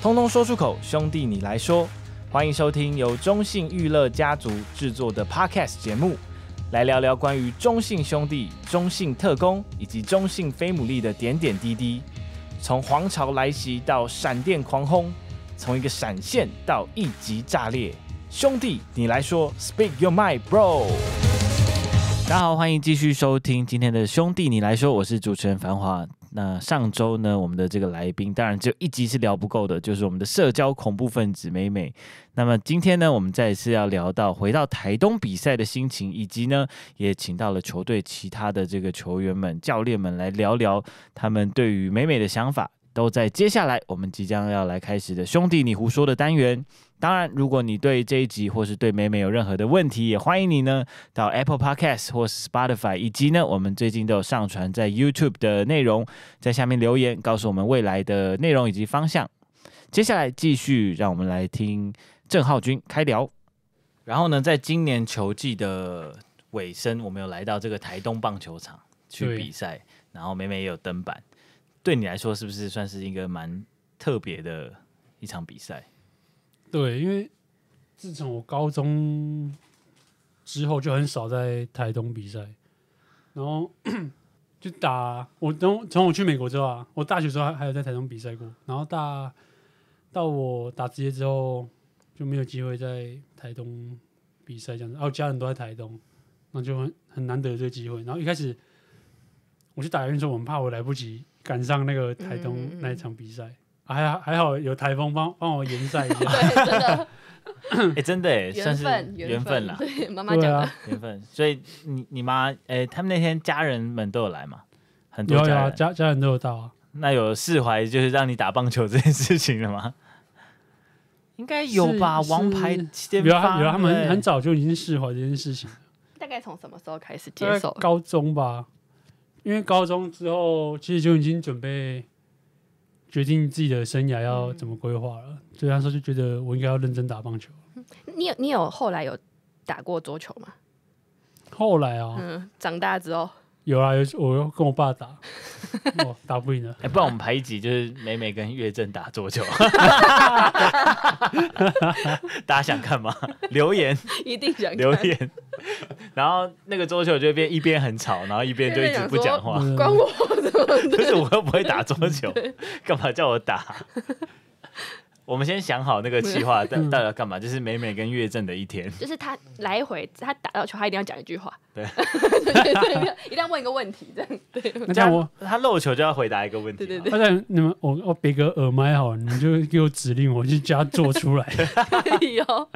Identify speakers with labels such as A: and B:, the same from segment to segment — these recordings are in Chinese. A: 通通说出口，兄弟你来说。欢迎收听由中信娱乐家族制作的 Podcast 节目，来聊聊关于中信兄弟、中信特工以及中信飞姆利的点点滴滴。从皇朝来袭到闪电狂轰，从一个闪现到一级炸裂。兄弟，你来说，Speak your mind, bro。大家好，欢迎继续收听今天的《兄弟你来说》，我是主持人繁华。那上周呢，我们的这个来宾当然只有一集是聊不够的，就是我们的社交恐怖分子美美。那么今天呢，我们再次要聊到回到台东比赛的心情，以及呢，也请到了球队其他的这个球员们、教练们来聊聊他们对于美美的想法，都在接下来我们即将要来开始的“兄弟你胡说”的单元。当然，如果你对这一集或是对美美有任何的问题，也欢迎你呢到 Apple Podcast 或是 Spotify，以及呢我们最近都有上传在 YouTube 的内容，在下面留言告诉我们未来的内容以及方向。接下来继续让我们来听郑浩君开聊。然后呢，在今年球季的尾声，我们有来到这个台东棒球场去
B: 对
A: 比赛，然后美美也有登板。对你来说，是不是算是一个蛮特别的一场比赛？
B: 对，因为自从我高中之后就很少在台东比赛，然后 就打我从从我去美国之后啊，我大学时候还还有在台东比赛过，然后大到我打职业之后就没有机会在台东比赛这样子，然后家人都在台东，那就很很难得有这个机会。然后一开始我去打人的时候，我很怕我来不及赶上那个台
C: 嗯嗯
B: 东
C: 嗯
B: 那一场比赛。啊还好还好有台风帮帮我延赛一下，
C: 对，真的
A: 哎、真的哎，算
C: 缘
A: 是
C: 分，
A: 缘分 啦，
C: 对，妈妈
B: 对
C: 讲
B: 啊
C: 的，，
A: 缘分。所以你你妈哎、他们那天家人们都有来嘛，很多
B: 有有
A: 家
B: 啊，
A: 人。
B: 家家人都有到啊，
A: 那有释怀就是让你打棒球这件事情了吗？应该有吧，
B: 是
A: 王牌
B: 是
A: 先
B: 有
A: 发
B: 啊有啊，他们
A: 对
B: 很很早就已经释怀这件事情，
C: 大概从什么时候开始
B: 大概
C: 接受？
B: 高中吧，因为高中之后其实就已经准备决定自己的生涯要怎么规划了，所以那时候就觉得我应该要认真打棒球。
C: 你有你有后来有打过桌球吗？
B: 后来啊，
C: 嗯，长大之后，
B: 有啊，有我又跟我爸打，哦，打不 赢了，
A: 哎、不然我们排一集，就是美美跟岳正打桌球， 大家想看吗？留言
C: 一定想看
A: 留言，然后那个桌球就会变一边很吵，然后一边就一直不讲话。
B: 嗯
C: 关我什 么事？
A: 不是我又不会打
C: 嗯
A: 桌球， 干嘛叫我打？ 我们先想好那个计划，
B: 嗯
A: 到到底要干嘛？就是美美跟岳正的一天，
C: 就是他来回他打到球，他一定要讲一句话，
A: 对
C: 对，对 对一定要问一个问题，这样 对。
B: 那这样我。
A: 他漏球就要回答一个问题嘛。
C: 对对
B: 那这样你们我我别个耳麦好了，你们就给我指令，我去加做出来。
C: 有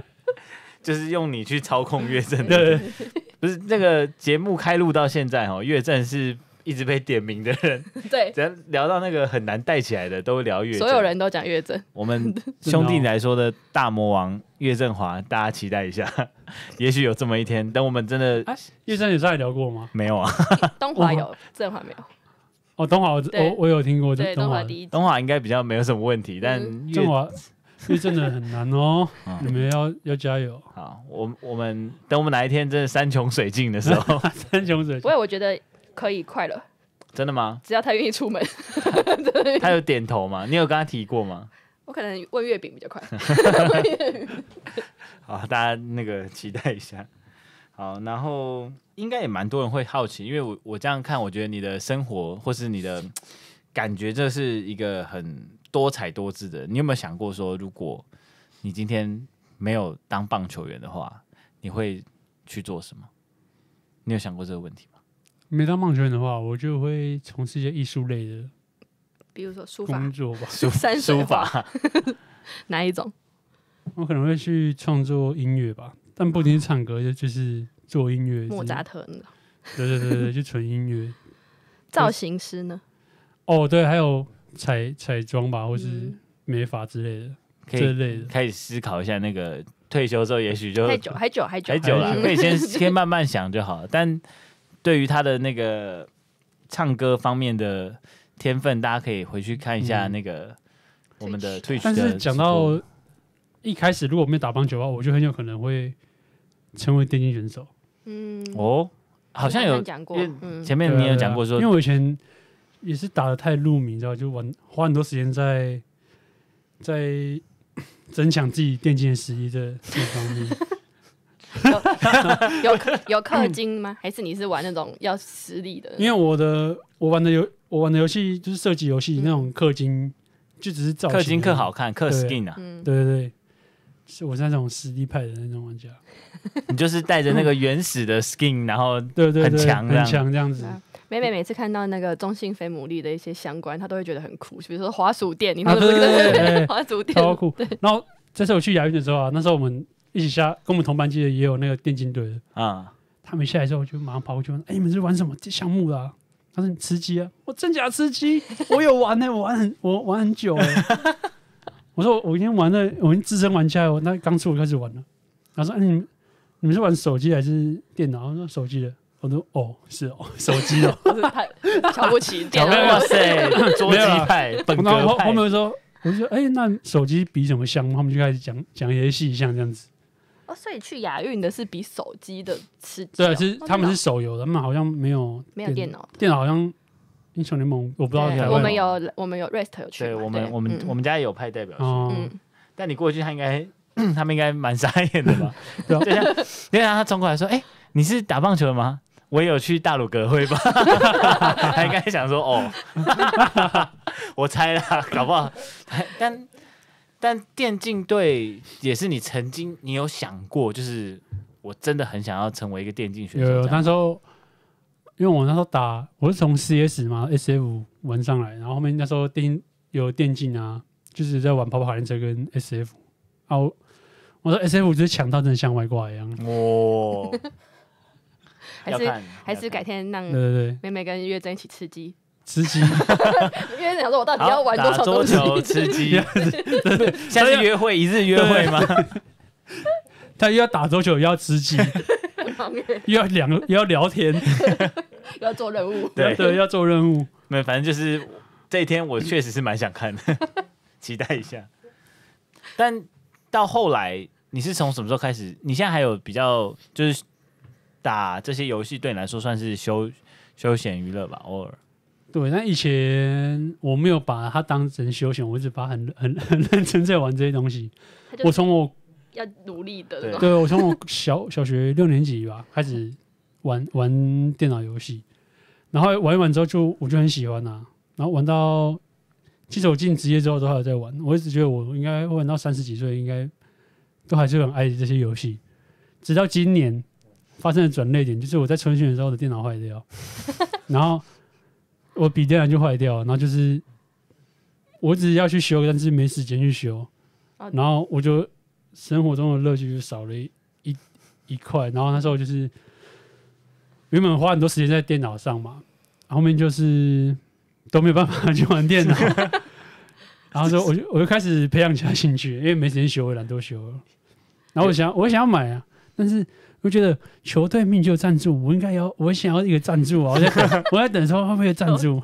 A: 就是用你去操控岳正的。 不是那个节目开录到现在哦，岳正是一直被点名的人，
C: 对，
A: 只要聊到那个很难带起来的，都会聊岳正。
C: 所有人都讲岳正，
A: 我 们
B: 哦
A: 兄弟来说的大魔王岳振华，大家期待一下， 也许有这么一天。等我们真的
B: 哎叶山有上来聊过吗？
A: 没有啊，
C: 东华有，振华没有，
B: 哦，东华，我
C: 对
B: 我我有听过
C: 对，
B: 东
C: 东
B: 华
C: 华，第一集
A: 东华应该比较没有什么问
C: 嗯
A: 题，但岳
B: 中华，因为真的很难哦
A: 嗯，
B: 你们要要加 油，
A: 好，我我们等我们哪一天真的山穷水尽的时 候，
B: 三雄者
C: 不。会，我觉得可以快乐，
A: 真的吗？
C: 只要他愿意出门，
A: 他有点头吗？你有跟他提过吗？
C: 我可能问月饼比较快。
A: 嗯好，大家那个期待一下。好，然后应该也蛮多人会好奇，因为我我这样看，我觉得你的生活或是你的感觉，这是一个很多彩多姿的。你有没有想过说，如果你今天没有当棒球员的话，你会去做什么？你有想过这个问题吗？
B: 没当棒球员的话，我就会从事一些艺术类的
C: 比如说书法
A: 嗯
B: 工作 吧。
A: 书
C: 山水
A: 书
C: 画
A: 法，
C: 哪一种？
B: 我可能会去创作音乐吧，但不仅是唱歌，就就是做音乐。
C: 莫扎特那种
B: 对对对对，对就纯音乐。嗯
C: 造型师呢？
B: 哦，对，还有彩彩妆吧，或是
C: 嗯
B: 美发之类的
A: 可
B: 这
A: 以
B: 类的。
A: 开始思考一下，那个退休之后，也许就
C: 还久，还久，还久，
A: 还久了，
B: 哎
C: 嗯
A: 可以先先慢慢想就好了。但对于他的那个唱歌方面的天分，大家可以回去看一下
B: 嗯
A: 那个我们的
C: Twitch
A: Twitch
B: 但
A: 的
B: 是讲
A: 直播
B: 到一开始，如果没有打棒球的话，我就很有可能会成为电竞选手。
C: 嗯，
A: 哦，好像有
C: 讲过
A: 因为，
C: 嗯，
A: 前面你有讲过
B: 对啊对啊因
A: 说
B: 为我以前也是打的太入迷，你知道，就玩花很多时间在在 增强自己电竞的实力这这方 面。
C: 有氪有氪金吗？还是你是玩那种要实力的？
B: 嗯因为我的我玩的游我玩的游戏就是射击游戏
C: 嗯
B: 那种氪金，就只是造型
A: 氪金
B: 而
A: 氪，
B: 已
A: 好看，氪
B: 对
A: skin 啊，
C: 嗯，
B: 对对对，是我是那种实力派的那种玩家，
A: 你就是带着那个原始的 skin，然后
B: 对对
A: 很
B: 对，
A: 强这
B: 很
A: 样
B: 强这样子，
C: 啊每每每次看到那个中性非牡蛎的一些相关，他都会觉得很酷，比如说滑鼠店，你那
B: 啊
C: 个不
B: 对对对对对
C: 是 滑鼠店
B: 超酷。然后这次我去亚运的时候啊，那时候我们一起下，跟我们同班级的也有那个电竞队的，
A: 啊，
B: 他们一下来之后，我就马上跑过去问：“哎、你们是玩什么项目啦、他说：“你吃鸡啊！”我真假吃鸡，我有玩呢、我 玩很我玩很久哎、我说：“我已经玩了，我已经资深玩家了，我那刚出我开始玩了。”他说：“哎、你们你们是玩手机还是电脑？”我说：“手机的。”我说：“哦，是哦， 手机哦。
C: 就是他瞧不起
A: 小
C: 店
A: 朋友哇
C: 啊，
A: 塞，捉
B: 没有
A: 鸡
B: 啦
A: 派、本”
B: 然后
A: 格
B: 后
A: 派
B: 后，面我说：“我就说，哎、那手机比什么项目？”他们就开始讲讲一些细项这样子。
C: 哦，所以去亚运的是比手机的吃鸡
B: 对，
C: 哦，
B: 是啊他们是
C: 是
B: 手游的，他们好像没有
C: 没有电，脑。
B: 电脑好像英雄联盟我不知道
C: 对啊
B: 台湾
C: 我
B: 有没
C: 们
B: 有
C: 有我们有 rest 有去嘛，
A: 对我们我们我
C: 们
A: 们家也有派代表，
B: 哦。
C: 嗯，
A: 但你过去他应该 他们应该蛮傻眼 的吧？
B: 对啊
A: 就像就像他冲过来说：“哎，你是打棒球的吗？”我也有去大鲁阁会吧， 他应该想说哦， 我猜啦，搞不好，但但电竞队也是你曾经你有想过，就是我真的很想要成为一个电竞选
B: 有
A: 手
B: 有，
A: 这样，
B: 那时候因为我那时候打，我是从 CS 嘛 SF 玩上来，然后后面那时候电有电竞啊，就是在玩跑跑卡丁车跟 SF 啊，我我说 SF 就是强到真的像外挂一样，
A: 哦，
C: 还
A: 要
C: 是
A: 看
C: 还是改天让
B: 对对对，
C: 妹妹跟月珍一起吃鸡，
B: 吃鸡，
C: 因为想说我到底
A: 好
C: 要玩多
A: 打
C: 少
A: 桌
C: 东西？
A: 球、吃 鸡， 下次约会一日约会吗？
B: 他又要打桌球，又要吃 鸡，
C: 忙耶
B: 又要两个，又要聊 天，
C: 要做任务，
A: 对
B: 对，要做任务，
A: 没有，反正就是这一天，我确实是蛮想看的，期待一下。但到后来，你是从什么时候开始？你现在还有比较就是打这些游戏，对你来说算是休休闲娱乐吧？偶尔
B: 对，但以前我没有把它当成休闲，我只把它很很很认真在玩这些东西。
C: 他就
B: 我
C: 是
B: 从我
C: 要努力的
A: 对
C: 那种。
B: 对，我从我小 小学六年级吧开始玩玩电脑游戏，然后玩一玩之后就我就很喜欢啊，然后玩到其实我进职业之后都还有在玩，我一直觉得我应该会玩到三十几岁，应该都还是很爱这些游戏，直到今年发生了转捩点，就是我在春训的时候我的电脑坏掉，然后我笔电脑就坏掉，然后就是我只要去修，但是没时间去修
C: 哦，
B: 然后我就生活中的乐趣就少了一一一块。然后那时候就是原本花很多时间在电脑上嘛，后面就是都没有办法去玩电脑。然后说，我就我就开始培养其他兴趣，因为没时间修，我也懒惰修了。然后我想，我也想要买啊，但是我觉得球队命就有赞助，我应该要，我想要一个赞助啊！我在等，我在等说会不会有赞助？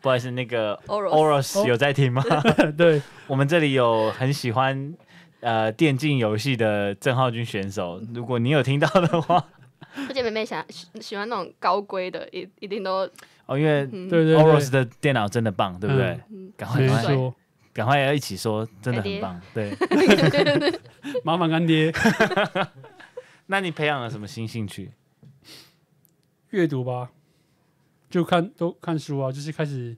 A: 不好意思，那个
C: Oros 哦
A: Oros 有在听吗？
B: 对，
A: 我们这里有很喜欢呃电竞游戏的郑浩君选手，如果你有听到的话，
C: 而且妹妹想喜喜欢那种高规的，一一定都
A: 哦，因为
C: 嗯
B: 对对对
A: Oros 的电脑真的棒，对不对？
C: 嗯
A: 赶快
B: 没
A: 赶快
C: 很帅
B: 错，
A: 赶快要一起说，真的很
C: 干爹
A: 棒，对。
B: 麻烦干爹
A: 那你培养了什么新兴趣？
B: 阅读吧，就看都看书啊，就是开始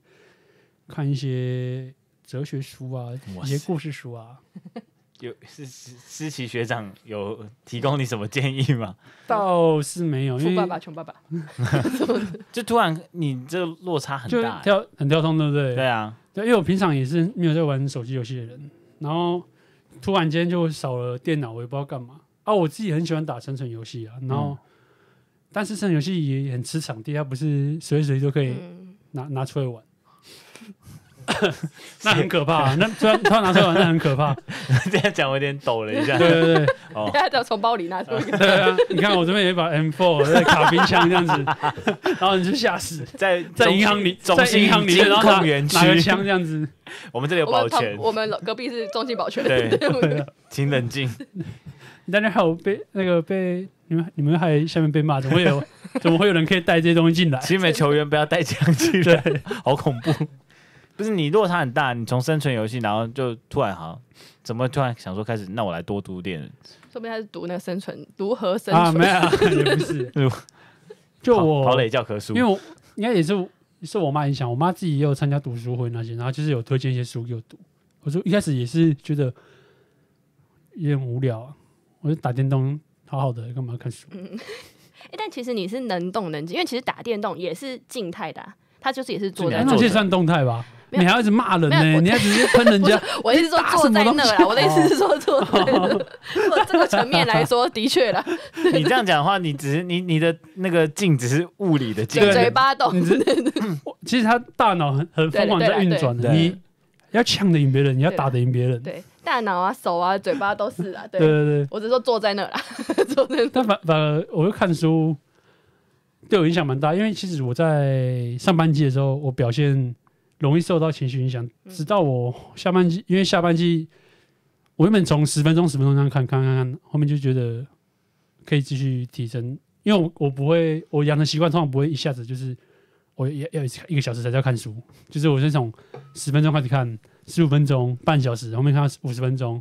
B: 看一些哲学书啊，
A: 哇
B: 一
A: 塞
B: 些故事书啊。
A: 有是是思琪学长有提供你什么建议吗？
B: 倒是没有，
C: 富
B: 因
C: 爸
B: 为
C: 爸穷爸爸，
A: 就突然你这个落差很
B: 就
A: 大、欸，
B: 跳很跳通，对不对？
A: 对啊，
B: 对，因为我平常也是没有在玩手机游戏的人，然后突然间就少了电脑，我也不知道干嘛。啊，我自己很喜欢打生存游戏啊，
A: 嗯
B: 然后、但是生存游戏也很吃场地，它不是随时随地都可以
C: 嗯，
B: 拿拿出来 玩。 那很可怕、啊，那突然突然拿出来玩，那很可怕。
A: 这样讲我有点抖了一下
B: 对。对对
A: 哦，
C: 大家只要从包里拿出一 个，
B: 对啊！你看我这边有一把 M4 在卡冰箱这 样子，然后你就吓死。
A: 在
B: 在
A: 中
B: 银行里，
A: 中
B: 在
A: 信
B: 银行里面，
A: 金
B: 然后拿
A: 控园区
B: 拿，个枪这样子，
A: 我们这里有
C: 我
A: 保
C: 们
A: 全
C: 旁，我们隔壁是中信保全，
A: 对
C: 我们
A: 请冷 静。
B: 但是还有被那个被你们你们还下面被骂，怎么会 有怎么会有人可以带这些东西进 来？
A: 其实你们球员不要带枪去了，好恐怖。不是你落差很大，你从生存游戏，然后就突然好像，怎么突然想说开始，那我来多读点
C: 说不定他是读那个生存如何生
B: 啊，没
C: 存，
B: 有啊，也 不是，就
A: 跑
B: 我
A: 跑垒教科书
B: 因为，我应该也是是我妈影响，我妈自己也有参加读书会那些，然后就是有推荐一些书给我读。我就一开始也是觉得有点无聊、啊，我就打电动，好好的干嘛看书？
C: 诶但其实你是能动能静，因为其实打电动也是静态的、啊，他就是也是坐
A: 你
C: 在
A: 还
C: 那
B: 那
A: 坐着
B: 这
C: 里。
B: 也算动态吧？
C: 没
B: 你
C: 有
B: 还要一直骂人呢、
C: 没有我
B: 你还直接喷人
C: 不是
B: 家，，
C: 我意思是说
B: 打
C: 坐
B: 什么
C: 在
B: 东
C: 那
B: 西哦
C: 啦，我的意思是说坐在 那。我这个层面来说，的确啦，
A: 你这样讲的话，你只是你你的那个劲只是物理的劲，
C: 嘴
B: 对
C: 嘴巴动，
B: 你这我其实他大脑很很疯狂
C: 对对
B: 在
C: 对
B: 运转的，
A: 对
B: 你要呛得赢别人，你要打得赢别人，对
C: 对，大脑啊、手啊、嘴巴都是啊。对，
B: 对对。
C: 我只是说坐在那啦， 坐在那。
B: 但反反而我就看书，对我影响蛮大，因为其实我在上半季的时候，我表现容易受到情绪影响，直到我下半季，因为下半季我原本从十分钟、十分钟这样看，看看看，后面就觉得可以继续提升，因为我我不会，我养成习惯通常不会一下子就是我要要一个小时才叫看书，就是我是从十分钟开始看，十五分钟、半小时，后面看到五十分钟，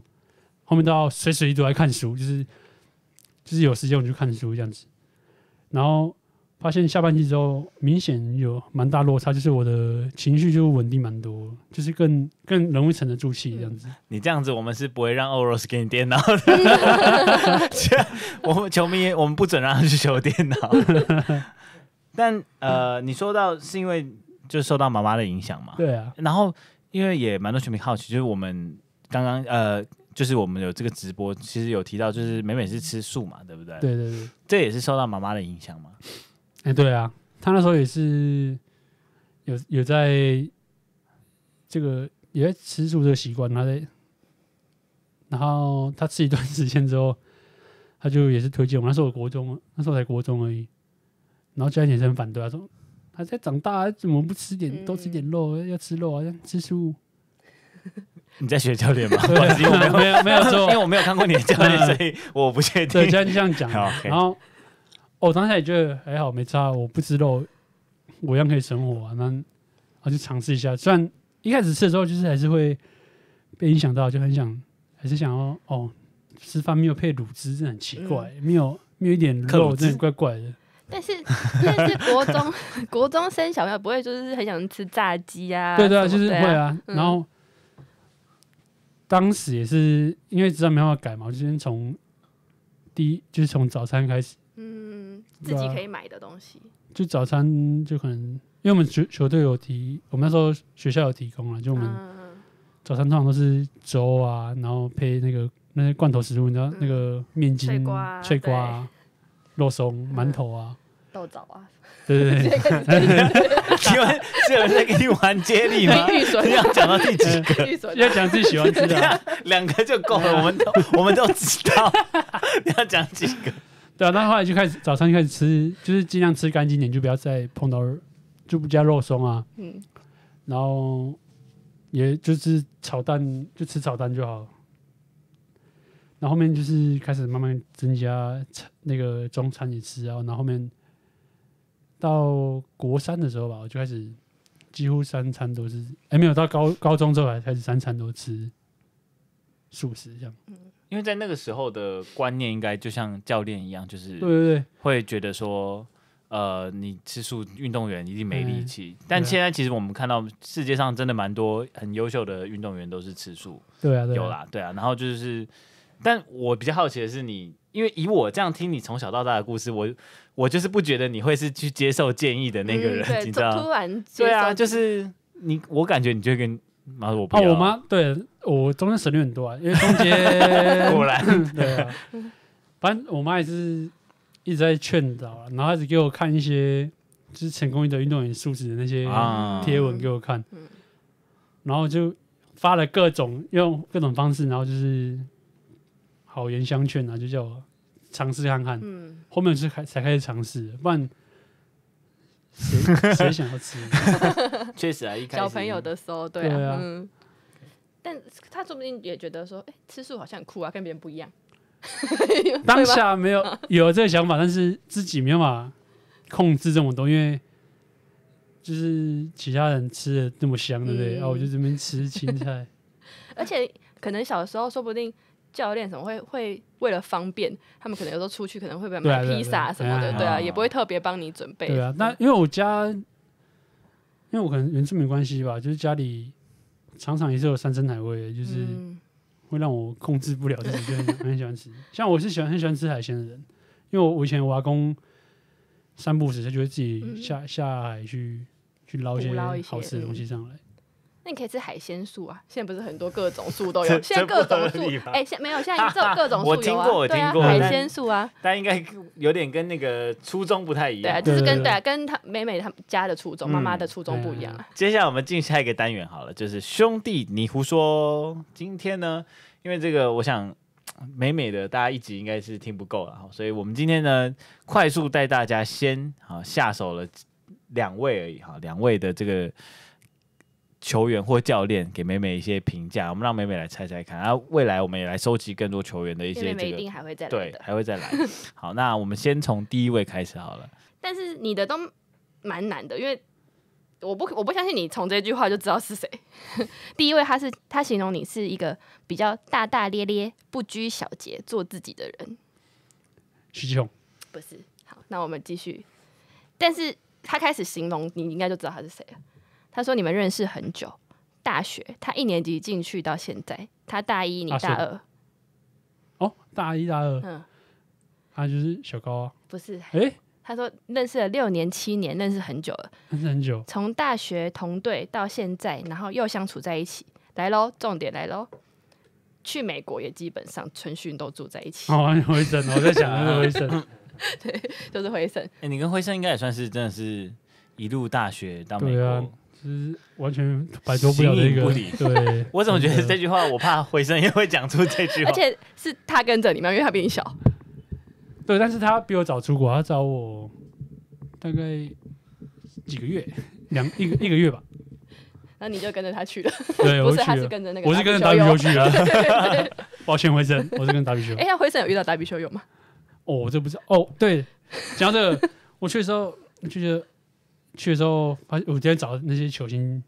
B: 后面到随时都在看书，就是就是有时间我就看书这样子，然后发现下半季之后明显有蛮大落差，就是我的情绪就稳定蛮多，就是更更容易沉得住气这样子。
A: 你这样子，我们是不会让 Oros 给你电 脑的。这样我们球迷也，我们不准让他去修电脑。 但呃，你说到是因为就受到妈妈的影响嘛？
B: 对啊，
A: 然后因为也蛮多球迷好奇，就是我们刚刚呃，就是我们有这个直播，其实有提到，就是美美是吃素嘛，对不对？，
B: 对对对，
A: 这也是受到妈妈的影响嘛。
B: 哎、对啊，他那时候也是有有在这个也在吃素这个习惯，他在，然后他吃一段时间之后，他就也是推荐我，那时候我国中，那时候才国中而已，然后家里也是很反对，他啊说他在长大，怎么不吃点多吃点肉，要吃肉啊，要吃素，
A: 你在学教练吗？不
B: 对
A: 好意思，因为我没 有，
B: 没有没有
A: 因为
B: 错，
A: 我没有看过你的教练，所以我不 确定
B: 对，。家里这样讲，
A: 好，OK
B: 然后我当下也觉得还好，没差，我不吃肉，我一样可以生活啊。那我就尝试一下，虽然一开始吃的时候就是还是会被影响到，就很想还是想要哦，吃饭没有配卤汁，真的很奇怪，
C: 嗯
B: 没有没有一点
A: 克
B: 肉，
A: 鲁兹
B: 真的怪怪的。
C: 但是 但是国中国中生小朋友不会就是很想吃炸鸡啊什
B: 对
C: 么
B: 对
C: 的
B: 啊，
C: 啊，
B: 就是会啊。
C: 嗯
B: 然后当时也是因为知道没办法改嘛，我就先从第一就是从早餐开始。
C: 嗯，自
B: 对啊
C: 己可以买的东西，
B: 就早餐就可能，因为我们球球队有提，我们那时候学校有提供啊了，就我们
C: 嗯，
B: 早餐通常都是粥啊，然后配那个那些罐头食物，你知道、
C: 嗯
B: 那个面筋、
C: 脆瓜啊
B: 脆瓜啊、肉松、馒头 啊，
C: 豆枣 啊，
B: 对对 对，
A: 请问是有人在给你玩接力吗？
C: 玉笋
A: 你要讲到第几个？
C: 玉笋啊
B: 要讲自己喜欢吃的啊、
A: 两个就够了，我们都我们都知道。 你要讲几个？
B: 对啊。那后来就开始早餐就开始吃，就是尽量吃干净点，就不要再碰到就不加肉松啊，
C: 嗯，
B: 然后也就是炒蛋，就吃炒蛋就好了。然后后面就是开始慢慢增加餐那个中餐也吃啊，然后后面到国三的时候吧，我就开始几乎三餐都是，哎，没有到高高中之后才开始三餐都吃素食这样。
A: 因为在那个时候的观念，应该就像教练一样，就
B: 对
A: 是
B: 对对，
A: 会觉得说，呃，你吃素运动员一定没力气。但
B: 对啊
A: 现在其实我们看到世界上真的蛮多很优秀的运动员都是吃素，
B: 对啊对啊，
A: 有啦，对啊。然后就是，但我比较好奇的是你。因为以我这样听你从小到大的故事，我我就是不觉得你会是去接受建议的那个人，
C: 嗯对
A: 你知
C: 突
A: 道？
C: 突然接
A: 对啊，
C: 受
A: 就是你，我感觉你就会跟妈说我不
B: 啊，
A: 要。
B: 我妈对我中间省略很多啊，因为中 间
A: 果然，
B: 对啊，反正我妈也是一直在劝导啊，然后她一直给我看一些就是成功的运动员素质的那些
A: 啊
B: 贴文给我看，
C: 嗯
B: 然后就发了各种用各种方式，然后就是好言相劝啊，就叫我尝试看看。
C: 嗯，
B: 后面是开才开始尝试的，不然谁谁想要吃？
A: 确实啊，一开始
C: 小朋友的时候，对
B: 对啊
C: 啊，嗯。但他说不定也觉得说，哎、吃素好像很酷啊，跟别人不一样。
B: 当下没
C: 啊
B: 有有这个想法，但是自己没办法控制这么多，因为就是其他人吃的那么香，对不对？
C: 嗯
B: 啊，我就这边吃青 菜，
C: 而且可能小时候说不定教练什么会会为了方便，他们可能有时候出去可能会买
B: 对啊
C: 买
B: 对啊
C: 披萨什么
B: 对
C: 的，
B: 啊
C: 对
A: 啊
C: 啊，也不会特别帮你准备。嗯
B: 对啊。那因为我家，因为我可能原住民关系吧，就是家里常常也是有山珍海味的，就是
C: 嗯
B: 会让我控制不了自己，就很很喜欢吃。像我是喜欢很喜欢吃海鲜的人，因为我我以前我阿公散步时，他就会自己
C: 嗯
B: 下、下海去去捞一
C: 捕
B: 些
C: 捞一些嗯
B: 好吃的东西上来。
C: 那你可以吃海鲜素啊，现在不是很多各种素都
A: 这
C: 有，现在各种
A: 这不合理
C: 素
A: 吧，
C: 哎，现没有，现在这种各种素
A: 我
C: 有
A: 听过
C: 啊，
A: 我
C: 对啊
A: 听过，
C: 海
A: 但
C: 鲜素啊，
A: 但应该有点跟那个初衷不太一
C: 对啊，
A: 样。
C: 就是
B: 对
C: 跟
B: 对
C: 对啊，跟他美美他们家的初衷，妈妈
A: 嗯
C: 的初衷不一样啊。
A: 接下来我们进下一个单元好了，就是兄弟你胡说。今天呢，因为这个我想美美的大家一集应该是听不够了哈，所以我们今天呢快速带大家先啊下手了两位而已哈，两位的这个球员或教练给美美一些评价，我们让美美来猜猜看，然、后未来我们也来收集更多球员的一
C: 因
A: 些
C: 为妹
A: 这个
C: 妹一定还会再
A: 啊
C: 来
A: 对
C: 的，，
A: 还会再来。好，那我们先从第一位开始好了。
C: 但是你的都蛮难的，因为我不我不相信你从这句话就知道是谁。 第一位，他是他形容你是一个比较大大咧咧、不拘小节、做自己的人，
B: 徐奇宏，
C: 不是？好，那我们继续。但是他开始形容你，你应该就知道他是谁了。他说你们认识很久，大学他一年级进去到现在，他大一，你
B: 阿
C: 大
B: 顺
C: 二，
B: 哦，大一大二，
C: 嗯，
B: 他、就是小高啊，
C: 不是？
B: 哎、
C: 他说认识了六年、七年，认识很久了。
B: 认识很 久，
C: 从大学同队到现在，然后又相处在一起。来喽，重点来喽！去美国也基本上春训都住在一起，
B: 哦，回神，我在想那个回神，
C: 就是回省。
A: 欸你跟辉盛应该也算是真的是一路大学到美
B: 对
A: 国。
B: 啊就是完全摆脱不了的一
A: 形
B: 个
A: 影不离。
B: 对，
A: 我怎么觉得
B: 真的
A: 这句话，我怕辉盛也会讲出这句话
C: 而。且是他跟着你们，因为他比你小。
B: 对？但是他比我早出国，他找我大概几个月，两一个一个月吧。
C: 然后你就跟着他去了，
B: 对，我
C: 不
B: 去
C: 是？他
B: 了
C: 是。跟着那个，
B: 我是跟着打
C: 打
B: 比
C: 球
B: 球
C: 友。
B: 去的，抱歉，回声，我是跟着打比球。
C: 哎，那回省有遇到打比球友吗？
B: 哦，我这不知道。哦，对，讲到这个，我去的时候就觉得，去的时候发现我今天找那些球星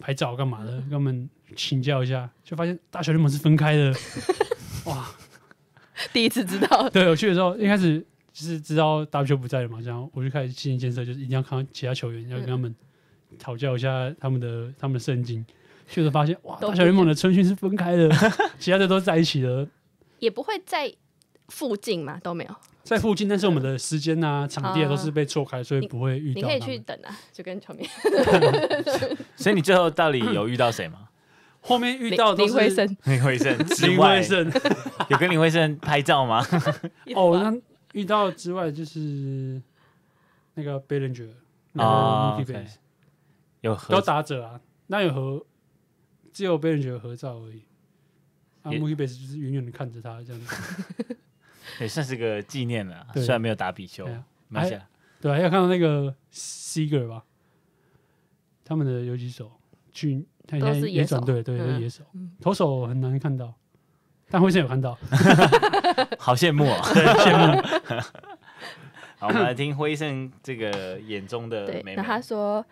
B: 拍照干嘛的，跟他们请教一下，就发现大小联盟是分开的。哇，
C: 第一次知道，
B: 对我去的时候一开始就是知道大球不在了嘛，然后我就开始心理建设，就是一定要看到其他球员，要跟他们讨教一下他们的他们的圣经。去的时候发现，哇，
C: 都不
B: 大小联盟的春训是分开的，其他的都在一起的。
C: 也不会在附近嘛，都没有。
B: 在附近，但是我们的时间啊、场地啊
C: 啊
B: 都是被错开，所以不会遇
C: 你
B: 到他
C: 可
B: 们。
C: 以去等啊，就跟球迷
A: 所以你最后到底有遇到谁吗？
B: 后面遇
C: 林
B: 到的都
C: 林
B: 是
C: 辉生，
A: 林辉盛之
B: 林
A: 外
B: 慧，胜
A: 有跟林辉盛拍照吗？
B: 哦，那遇到之外就是那个 b e l l i n g e r
A: 啊
B: 那个 Mookie
A: OK
B: Betts
A: 有
B: 都
A: 合
B: 打者啊，那有合只有 b e l l i n g e r 合照而已。啊
A: 也
B: ，Mookie Betts 就是远远的看着他这样子，
A: 也算是个纪念了，
B: 对
A: 虽然没有打比球
B: 对，啊
A: 没关系啊
B: 对啊，还有看到那个 Seager 吧，他们的游击手去，他
C: 都
B: 现在
C: 是
B: 也
C: 野手
B: 转队，对，
C: 嗯
B: 都是野手，投手很难看到，但会生有看 到，
A: 好羡慕哦，对，羡慕。好，我们来听辉盛这个眼中的
C: 对
A: 美，美
C: 那。他说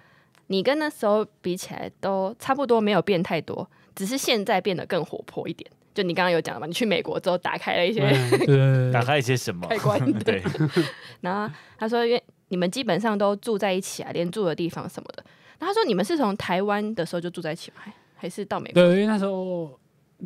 C: 你跟那时候比起来都差不多，没有变太多，只是现在变得更活泼一点。就你刚刚有讲了嘛，你去美国之后打开了一些
B: 嗯对对对
A: 打
B: 对，
A: 开一些什么？
C: 开关。
A: 对，
C: 然后他说，因为你们基本上都住在一起啊，连住的地方什么的。然后他说，你们是从台湾的时候就住在一起吗？还还是到美国？
B: 对，因为那时候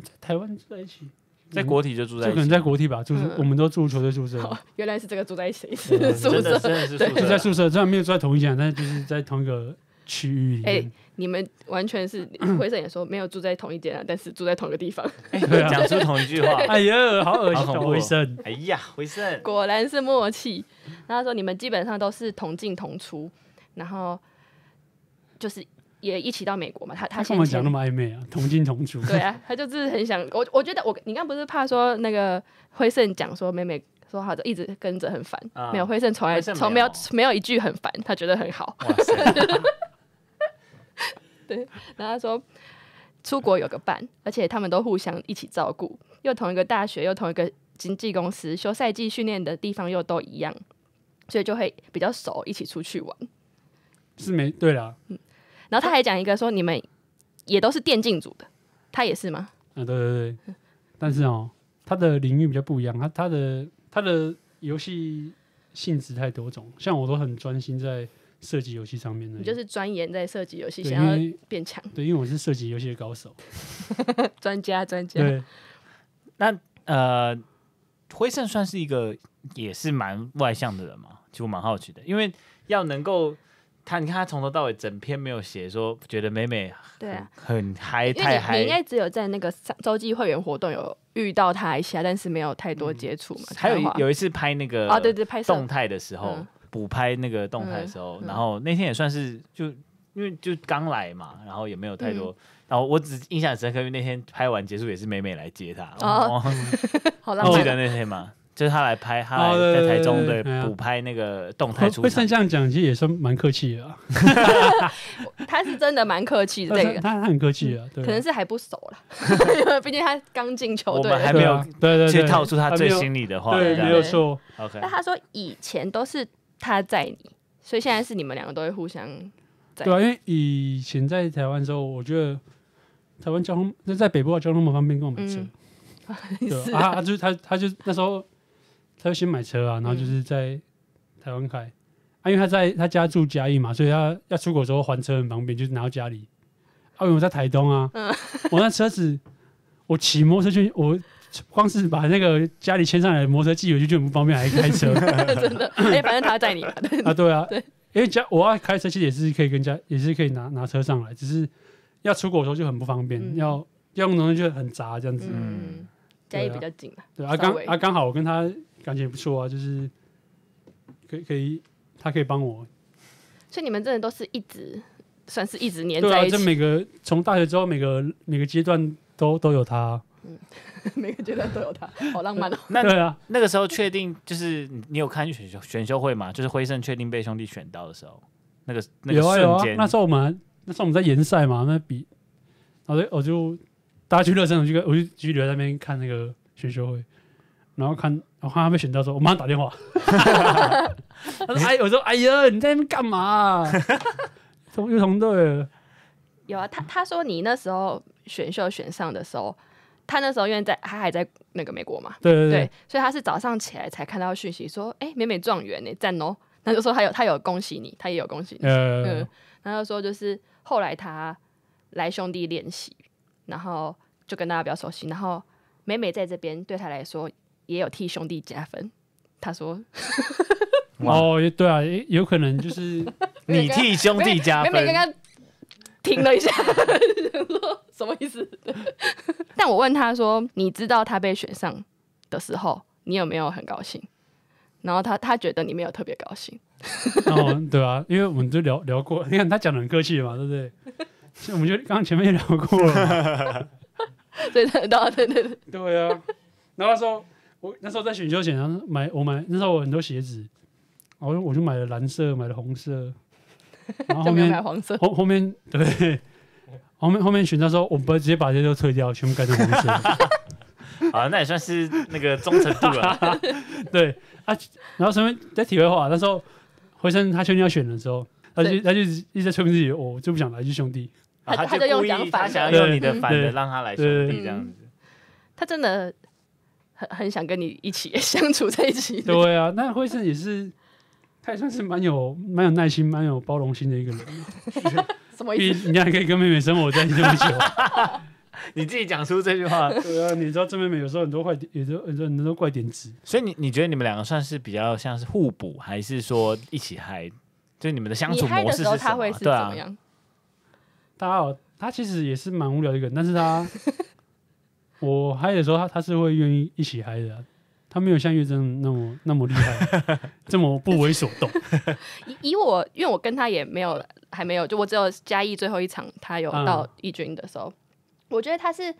B: 在台湾住在一起，
A: 在国体就住
B: 就
A: 在一
B: 可
A: 起
B: 能，在国体吧，住宿
C: 嗯
B: 我们都住球队宿舍，
C: 哦，原来是这个住在一起的意思
B: 对对，对
C: 宿
A: 啊真的
C: 舍。
A: 真的是 宿
B: 就在
A: 舍。
B: 宿舍，虽然没有住在同一间，但是就是在同一个区域
C: 哎
B: 里面。
C: 你们完全是，辉盛也说没有住在同一间啊，但是住在同一个地方。
B: 对啊
A: 讲出同一句话。
B: 哎呀，好恶心
A: 好恐
B: 哦，
A: 怖哦
B: 我一生
A: 哎呀，回胜，
C: 果然是默契。然后他说你们基本上都是同进同出，然后就是也一起到美国嘛。他
B: 他
C: 他
B: 干
C: 先
B: 嘛
C: 前
B: 讲那么暧昧啊？同进同出，
C: 对啊，他就是很想我。我觉得我你刚不是怕说那个辉盛讲说妹妹说好的一直跟着很烦，
A: 啊
C: 没有辉盛从来
A: 辉盛没有哦
C: 从没有没有一句很烦，他觉得很好。
A: 哇塞，
C: 然后他说出国有个伴，而且他们都互相一起照顾，又同一个大学，又同一个经纪公司，休赛季训练的地方又都一样，所以就会比较熟，一起出去玩。
B: 是没对啦，
C: 然后他还讲一个说你们也都是电竞组的，他也是吗？
B: 啊，对对对，但是哦，它的领域比较不一样，它它的它的游戏性质太多种，像我都很专心在设计游戏上面的，
C: 你就是钻研在射击游戏，
B: 对
C: 想
B: 因
C: 要
B: 为
C: 变强，
B: 对，因为我是设计游戏的高手，
C: 专家专家。
B: 对，
A: 那呃，灰胜算是一个也是蛮外向的人嘛，其实我蛮好奇的，因为要能够他，你看他从头到尾整篇没有写说觉得美美
C: 对啊，
A: 很嗨
C: 因
A: 太
C: 为你你应
A: 嗨，
C: 该只有在那个上洲际会员活动有遇到他一下，但是没有太多接触嘛。
A: 嗯还有
C: 才
A: 一
C: 华
A: 有一次拍那个
C: 啊，对对，拍
A: 动
C: 摄
A: 态的时候，
C: 嗯
A: 补拍那个动态的时候，
C: 嗯嗯
A: 然后那天也算是就因为就刚来嘛，然后也没有太
C: 嗯
A: 多，然后我只印象很深刻，因为那天拍完结束也是美美来接他，
C: 哦好
A: 我
C: 浪
A: 忘记
C: 漫
A: 得
C: 哦。
A: 那天嘛，就是他来拍，他
B: 哦对
A: 来
B: 对
A: 在台中
B: 对
A: 对
B: 对对
A: 补拍那个动态
B: 会
A: 出
B: 会
A: 场
B: 像，这样讲，其实也算蛮客气的啊，
C: 他是真的蛮客气 的，
B: 他
C: 这
B: 他
C: 个
B: 他很客气啊，对啊，
C: 嗯可能是还不熟了，因为 毕竟他刚进球队
A: 我们还
C: 而已。
A: 没有
B: 对啊对对
A: 去
B: 对，
A: 套出他
B: 还
A: 最
B: 没有
A: 心里的话，
B: 对，
A: 这
B: 没
A: 样
B: 有错，
A: OK，
C: 但他说以前都是他在你，所以现在是你们两个都会互相在
B: 对啊，因为以前在台湾的时候，我觉得台湾交通就在北部的交通蛮方便，跟我买车，
C: 嗯
B: 对
C: 是
B: 啊，啊他就是他他就那时候他就先买车啊，然后就是在台湾开。啊，因为他在他家住嘉义嘛，所以他要出国的时候还车很方便，就是拿到家里。啊，因为我在台东啊，我那车子我骑摩托车去，我光是把那个家里牵上来的摩托车寄回去就很不方便，还开车
C: 真的，而且反正他在你嘛， 对
B: 啊，对啊，因为家我要开车其实也是可以跟家也是可以拿拿车上来，只是要出国的时候就很不方便，
C: 嗯
B: 要要用东西就很杂这样子。
C: 嗯，家里比较近嘛，
B: 对啊，
C: 稍
B: 刚
C: 微
B: 啊刚好我跟他感情也不错啊，就是可以可以，他可以帮我。
C: 所以你们真的都是一直算是一直黏
B: 对啊
C: 在，一
B: 这
C: 起，
B: 每个从大学之后每个每个阶段都都有他啊。
C: 每个阶段都有他，好浪 漫哦。
A: 那
B: 对啊，
A: 那个时候确定就是你你有看选秀选秀会吗？就是辉盛确定被兄弟选到的时候，那个那个
B: 有啊有
A: 瞬
B: 啊
A: 间，，
B: 那时候我们还那时候我们在联赛嘛，那比，然后就我就大家去热身，我就跟我就继续留在那边看那个选秀会，然后看然后看他被选到的时候，我马上打电话，他说哎，我说哎呀，你在那边干嘛 啊、同又同队了，
C: 有啊，他他说你那时候选秀选上的时候，他那时候因为在他还在那个美国嘛，
B: 对对
C: 对
B: 对，
C: 所以他是早上起来才看到讯息说，哎、美美状元呢、赞哦。 那就说他有他有恭喜你，他也有恭喜你，
B: 呃
C: 嗯，，然后说就是后来他来兄弟练习，然后就跟大家比较熟悉，然后美美在这边对他来说也有替兄弟加分。他说
A: 哇
B: 哦，也对啊，也有可能就是
A: 你替兄弟加
C: 美
A: 分，
C: 美刚刚停了一下， 想说什么意思？ 但我问他说，你知道他被选上的时候，你有没有很高兴？然后他他觉得你没有特别高兴，
B: 然后对啊，因为我们就聊聊过，你看他讲的很客气嘛，对不对？所以我们就刚刚前面也聊过了嘛。
C: 所以他然后对对对，
B: 对啊，然后那时候我那时候在选秀前，然后买我买那时候我很多鞋子，然后我就买了蓝色，买了红 色，然后
C: 就
B: 后
C: 没有买
B: 面
C: 黄色。
A: 哦
B: 后后面对，后面后面选的时候，我不直接把这些都退掉，全部改成红 色。
A: 啊，那也算是那个忠诚度了。
B: 对啊，然后顺便在体会话，那时候回生他确定要选的时候，他就
C: 对
B: 他就一直在催眠自己，我就不想来，就 兄弟。
A: 啊
C: 他
A: 他
C: 他就用
A: 故意
C: 讲反
A: 他
C: 的
A: 想要用你的
C: 嗯
A: 反的
B: 对
A: 让他来兄
B: 对
A: 弟这样子。
C: 他真的很很想跟你一起 相处在一起。
B: 对啊，那辉盛也是，他也算是蛮有蛮有耐心、蛮有包容心的一个人，
C: 什么
B: 毕
C: 意思？
B: 竟人家还可以跟妹妹生活在一起这么久。
A: 你自己讲出这句话，
B: 对啊，你知道这妹妹有时候很多坏点，有时候很多很多怪点子。
A: 所以你你觉得你们两个算是比较像是互补，还是说一起嗨？就是你们的相
C: 你
A: 处
C: 嗨
A: 模
C: 的
A: 式是什么？
C: 时候他会是
A: 对
C: 怎
A: 啊
C: 么，样？
B: 大家好，她其实也是蛮无聊的一个人，但是她我嗨的时候，她她是会愿意一起嗨的啊、她没有像月珍那么那么厉害，这么不为所 动。
C: 以以我，因为我跟他也没有还没有，就我只有嘉义最后一场他有
B: 嗯
C: 到义军的时候，我觉得他是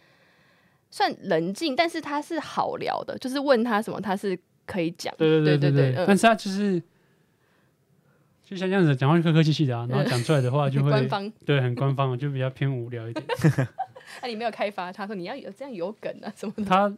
C: 算冷静，但是他是好聊的，就是问他什么他是可以讲。
B: 对
C: 对
B: 对对
C: 对，
B: 但
C: 嗯，
B: 是她就是就像这样子讲话就客客气气的啊，然后讲出来的话就
C: 官
B: 会
C: 方，
B: 对很官方，就比较偏无聊一 点。
C: 那、你没有开发，他说你要有这样有梗啊什么 的。
B: 她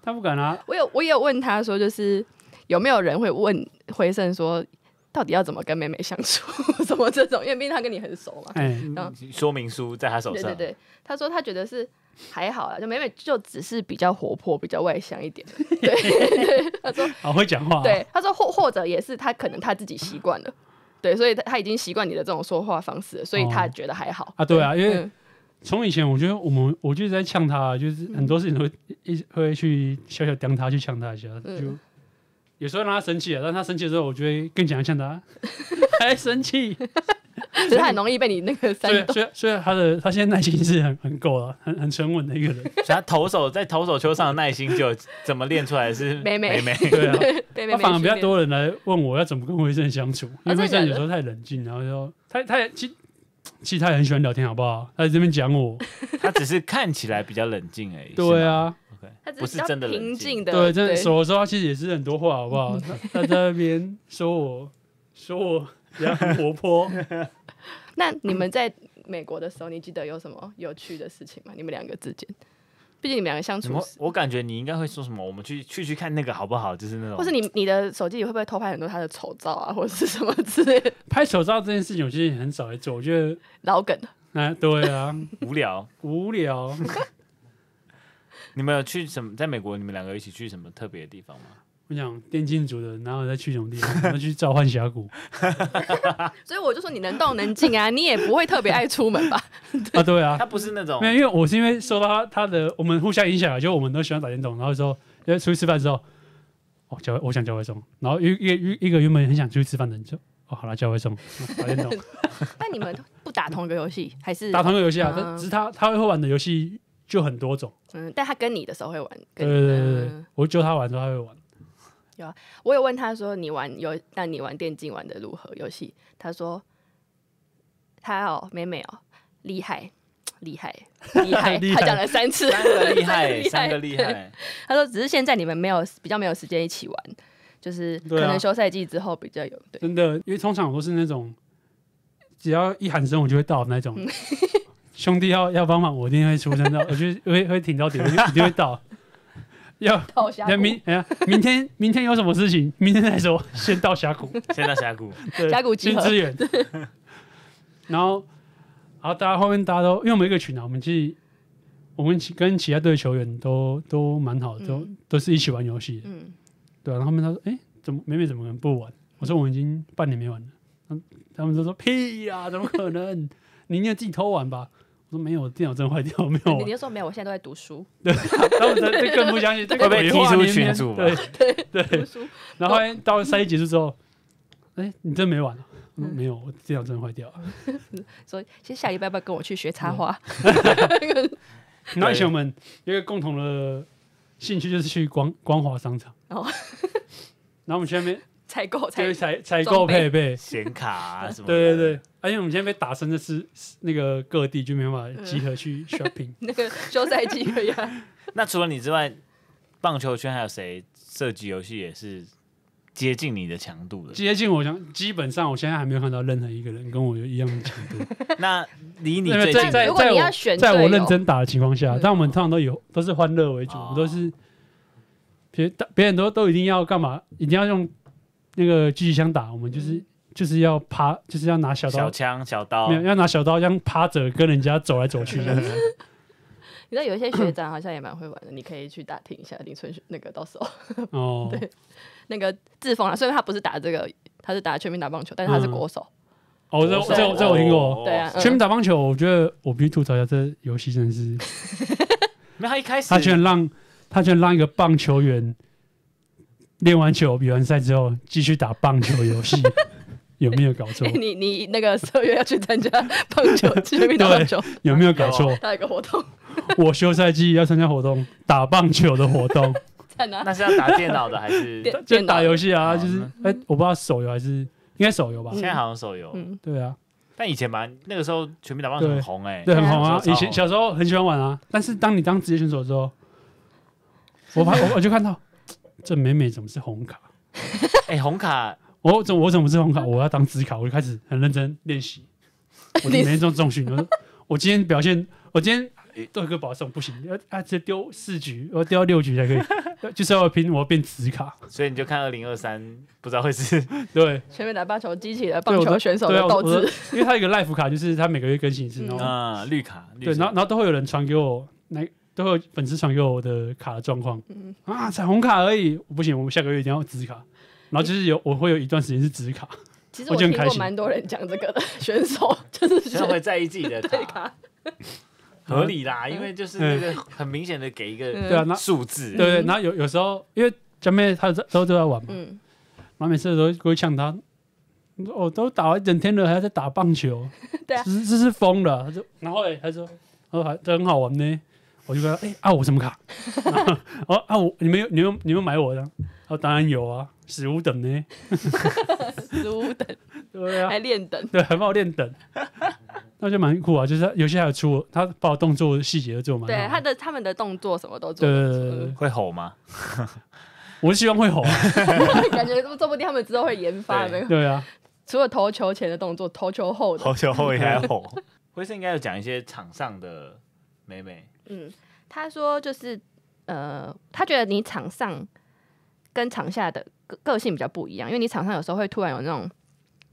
B: 她不敢啊，
C: 我有我也有问他说，就是有没有人会问回胜说到底要怎么跟妹妹相处， 什么这种，因为毕竟她跟你很熟嘛。
B: 哎，
A: 嗯说明书在他手
C: 对
A: 上
C: 嗯
B: 啊
C: 对，对，他说他觉得是还好啦，就妹妹就只是比较活泼、比较外向一点。
B: 好会讲话，，啊
C: 对，他说或或者也是他可能他自己习惯了，对，所以他他已经习惯你的这种说话方式了，所以他
B: 哦
C: 觉得还好。
B: 啊对啊因为
C: 嗯
B: 从以前我觉得我们我就是在呛他，啊就是很多事情都会一直会去小小刁他，去呛他一下，
C: 嗯
B: 就有时候让他生气啊，但他生气的时候，我就会更想要呛 他，还生气。
C: 可是他很容易被你那个
B: 所
C: 煽
B: 以
C: 动。
B: 所以所以他的他现在耐心是很很够了，很很沉稳的一个 人。
A: 所以他投手在投手球上的耐心就有怎么练出来 是
C: 妹
A: 妹
C: 妹
A: 妹，
B: 对啊，
C: 对，妹
B: 他
C: 妹
B: 反而比较
C: 训练。
B: 多人来问我要怎么跟魏正相处，因为
C: 真的
B: 魏正有
C: 假的
B: 时候太冷静，然后就他他也其其实他也很喜欢聊天，好不好？他在这边讲我，
A: 他只是看起来比较冷静而已。
B: 对
A: 是吗，
B: 啊，
C: 他只
A: 不是
C: 比较
A: 真的冷
C: 平
A: 静
C: 静的，
B: 对，真的熟的时候他其实也是很多话，好不 好？他他在那边说我说我比较活 泼，
C: 那你们在美国的时候，你记得有什么有趣的事情吗？你们两个之间，毕竟你们两个相
A: 什
C: 处
A: 么
C: 时，？
A: 我感觉你应该会说什么？我们去去去看那个好不好？就是那种，
C: 或是你你的手机里会不会偷拍很多他的丑照啊，或者是什么之类的
B: 拍手照这件事情我其实很少来做，我觉得
C: 老梗？
B: 哎、对啊，
A: 无聊。
B: 无聊。
A: 你们有去什么？在美国，你们两个一起去什么特别的地方吗？
B: 我想电竞组的，然后再去什么地方？再去召唤峡谷
C: 所以我就说你能动能静啊，你也不会特别爱出门吧？
B: 啊？ 对啊，
A: 他不是那种
B: 没有，因为我是因为受到他他的，我们互相影响，就我们都喜欢打电动，然后说要出去吃饭之后，哦，叫我想叫外送，然后一一一个原本很想出去吃饭的人就哦，好了，叫外送，打电动，
C: 但你们不打同一个游戏，还是
B: 打同一个游戏啊，
C: 嗯
B: 但只是他他会玩的游戏就很多种，
C: 嗯？但他跟你的时候会玩，
B: 对
C: 跟
B: 对对对对
C: 嗯，
B: 我揪他玩之后他会玩，
C: 我有问他说你玩游，那你玩电竞玩的如何？游戏？他说他哦，美美哦，厉害。厉害，厉 害！
B: 厉害
C: 他讲了三次，
A: 三个厉
C: 三个
A: 害，
C: 厉害
A: 三个厉害。
C: 他说只是现在你们没有比较没有时间一起玩，就是可
B: 对啊
C: 能休赛季之后比较有 对。
B: 真的，因为通常我都是那种只要一喊声我就会到的那
C: 嗯
B: 种，兄弟要要帮忙我一定会出 声到，我就会会挺到底，我就一定会到。要
C: 好峡
B: 那
C: 谷，
B: 明哎呀，明天明天有什么事情，明天再说，先到峡谷，
A: 先到峡谷，
B: 对
C: 峡谷集
B: 先
C: 合
B: 支援。 然后，然后大家后面大家都，因为我们一个群啊，我们其实我们其跟其他队的球员都都蛮好的，都、
C: 嗯
B: 都是一起玩游戏的，
C: 嗯，
B: 对啊。然后后面他说，哎、怎么美美怎么可能不玩？
A: 嗯
B: 我说我已经半年没玩了。他他们都说屁呀、怎么可能？你应该自己偷玩吧。我说没有，我电脑真的坏掉，我没有
C: 你
B: 玩。
C: 就说没有，我现在都在读书，
B: 他们这这更不相信，这个
A: 会被
B: 鬼话
A: 踢出
B: 连篇
A: 群组吧
B: 对
C: 读书，
B: 然后后来到赛季结束之后，哎、你真没玩了、我说没有，我电脑真的坏掉了。
C: 所以其实下礼拜要不要跟我去学
B: 嗯
C: 插花？
B: 然后以前我们有一个共同的兴趣，就是去光光华商场。
C: 哦
B: 然后我 们去那边
C: 采
B: 就
C: 购 采
B: 是采采
C: 装
B: 购
C: 备
B: 配 备，
A: 显卡啊什么的。
B: 对对对。而且我们现在被打成的是是那个各地就没办法
C: 嗯
B: 集合 去 shopping，、
C: 那个休赛季可 以啊。
A: 那除了你之外，棒球圈还有谁射击游戏也是接近你的强度的？
B: 接近我想基本上我现在还没有看到任何一个人跟我有一样的强度。
A: 那离你
B: 那个
A: 最
B: 在
A: 近
B: 在
A: 的
C: 如果
B: 在
C: 你要
B: 我
C: 选
B: 在
C: 队
B: 我
C: 友
B: 认真打的情况下
C: 嗯，
B: 但我们通常都有都是欢乐为主，
A: 哦
B: 我们都是别大别人都都一定要干嘛，一定要用那个狙击枪打，我们就是
C: 嗯
B: 就是要趴，就是要拿小刀
A: 小，枪小刀
B: 没，有要拿小刀这样趴着跟人家走来走去这 样子。
C: 你知道有一些学长好像也蛮会玩的，你可以去打听一下林春雪那个，到时候
B: 哦，
C: 那个志峰啊，虽然他不是打这个，他是打全民打棒球，但是他是
B: 嗯
C: 国手，
B: 哦，这
C: 手
B: 这我这我听过。
C: 对啊，嗯
B: 全民打棒球，我觉得我必须吐槽一下，这游戏真的是，
A: 没有他一开始
B: 他居然让他居然让一个棒球员练完球、比完赛之后继续打棒球游戏，有没有搞错
C: 哎、？ 你你那个十二月要去参加棒球 全民打棒球，
B: 有没有搞错？
C: 他有一个活动
B: 我休赛季要参加活动，打棒球的活动，
C: 在哪？
A: 那是要打电脑 的还是？
C: 电
B: 就打游戏啊，
A: 哦
B: 就是哎、我不知道手游还是应该手游吧？
A: 现在好像手游，
C: 嗯，
B: 对啊，
A: 但以前蛮那个时候全民打棒球很红哎，
B: 对，很红啊。
A: 对
B: 以
A: 啊
B: 前小时候很喜欢玩啊，但是当你当职业选手之后，我怕我我就看到这美美怎么是红卡？
A: 哎红卡
B: 我怎么我怎么是红卡？我要当紫卡，我就开 始很认真练习。我就每天都重训，我说我今天表现，我今天豆哥保送不行，要啊直接丢四局，我丢到六局才可以，就是要拼我要变紫卡，
A: 所以你就看二零二三，不知道会是
B: 对，
C: 全面打棒球激起了
B: 对
C: 棒
B: 我
C: 球
B: 都
C: 选手
B: 对
C: 的
B: 啊
C: 斗
B: 我我
C: 志。
B: 因为他有一个 life 卡，就是他每个月更新一次，
C: 嗯
B: 然后
A: 啊、绿卡，绿
B: 对，然
A: 色
B: 后 然后都会有人传给我，那都会有粉丝传给我的卡的状况
C: 嗯
B: 啊，彩虹卡而已，不行，我们下个月一定要紫卡。然后就是有，我会有一段时间是紫卡，
C: 其实
B: 我
C: 我
B: 就很
C: 听
B: 开
C: 过
B: 心
C: 蛮多人讲这个的选手， 就是
A: 所以会在意自己的
C: 对
A: 卡，
C: 卡，
A: 合理啦，因为就是那个很明显的给一个
C: 嗯
B: 对啊，那
A: 数字
B: 对，对，然后有有时候因为江妹她都都在玩嘛，
C: 嗯，
B: 然后每次都会过去呛他，我、哦、都打了一整天了，还在打棒球，
C: 对啊
B: 这是这是疯了。他就然后嘞，他说，他说还这很好玩呢，我就跟他，哎、啊我什么卡？ 然后哦啊我你们有你们你们买我的？他说当然有啊，十五等呢，
C: 十五 等
B: 对啊
C: 还，练等，
B: 对，还帮我练等，那就蛮酷啊。就是他有些还有出我，他把我动作细节都做蛮
C: 对
B: 好
C: 他
B: 的。
C: 的他们的动作什么都做
B: 对
C: 得嗯
B: 对
C: 出，
B: 对对对，
A: 会吼吗？
B: 我是希望会吼啊、
C: 对感觉说不定他们之后会研发
A: 对
C: 那个，
B: 对啊，
C: 除了投球前的动作，投球后的，
A: 吼球后也还 吼。辉是应该有讲一些场上的美美，
C: 嗯，他说就是呃，他觉得你场上跟场下的个个性比较不一样，因为你场上有时候会突然有那种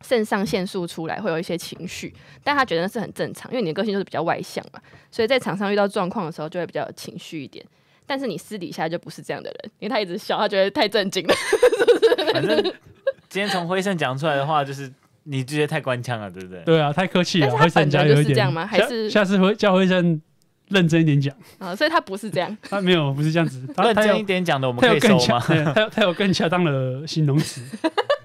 C: 肾上腺素出来，会有一些情绪，但他觉得那是很正常，因为你的个性就是比较外向嘛，所以在场上遇到状况的时候就会比较有情绪一点。但是你私底下就不是这样的人，因为他一直笑，他觉得太震 惊了。
A: 反正今天从辉盛讲出来的话，就是你这些太官腔了，对不对？
B: 对啊，太客气了，
C: 但是他
B: 会参加
C: 本来
B: 有
C: 就
B: 一
C: 是
B: 点
C: 这样吗还
B: 下
C: 是
B: 下次会叫会生认真一点讲。
C: 啊，所以他不是这样。
B: 他没有，不是这 样子，他
A: 认
B: 他
A: 真一
B: 有
A: 点讲的，我们
B: 他
A: 可
B: 有
A: 以
B: 更
A: 收
B: 恰，
A: 吗？
B: 对他有他有更恰当的形容 词，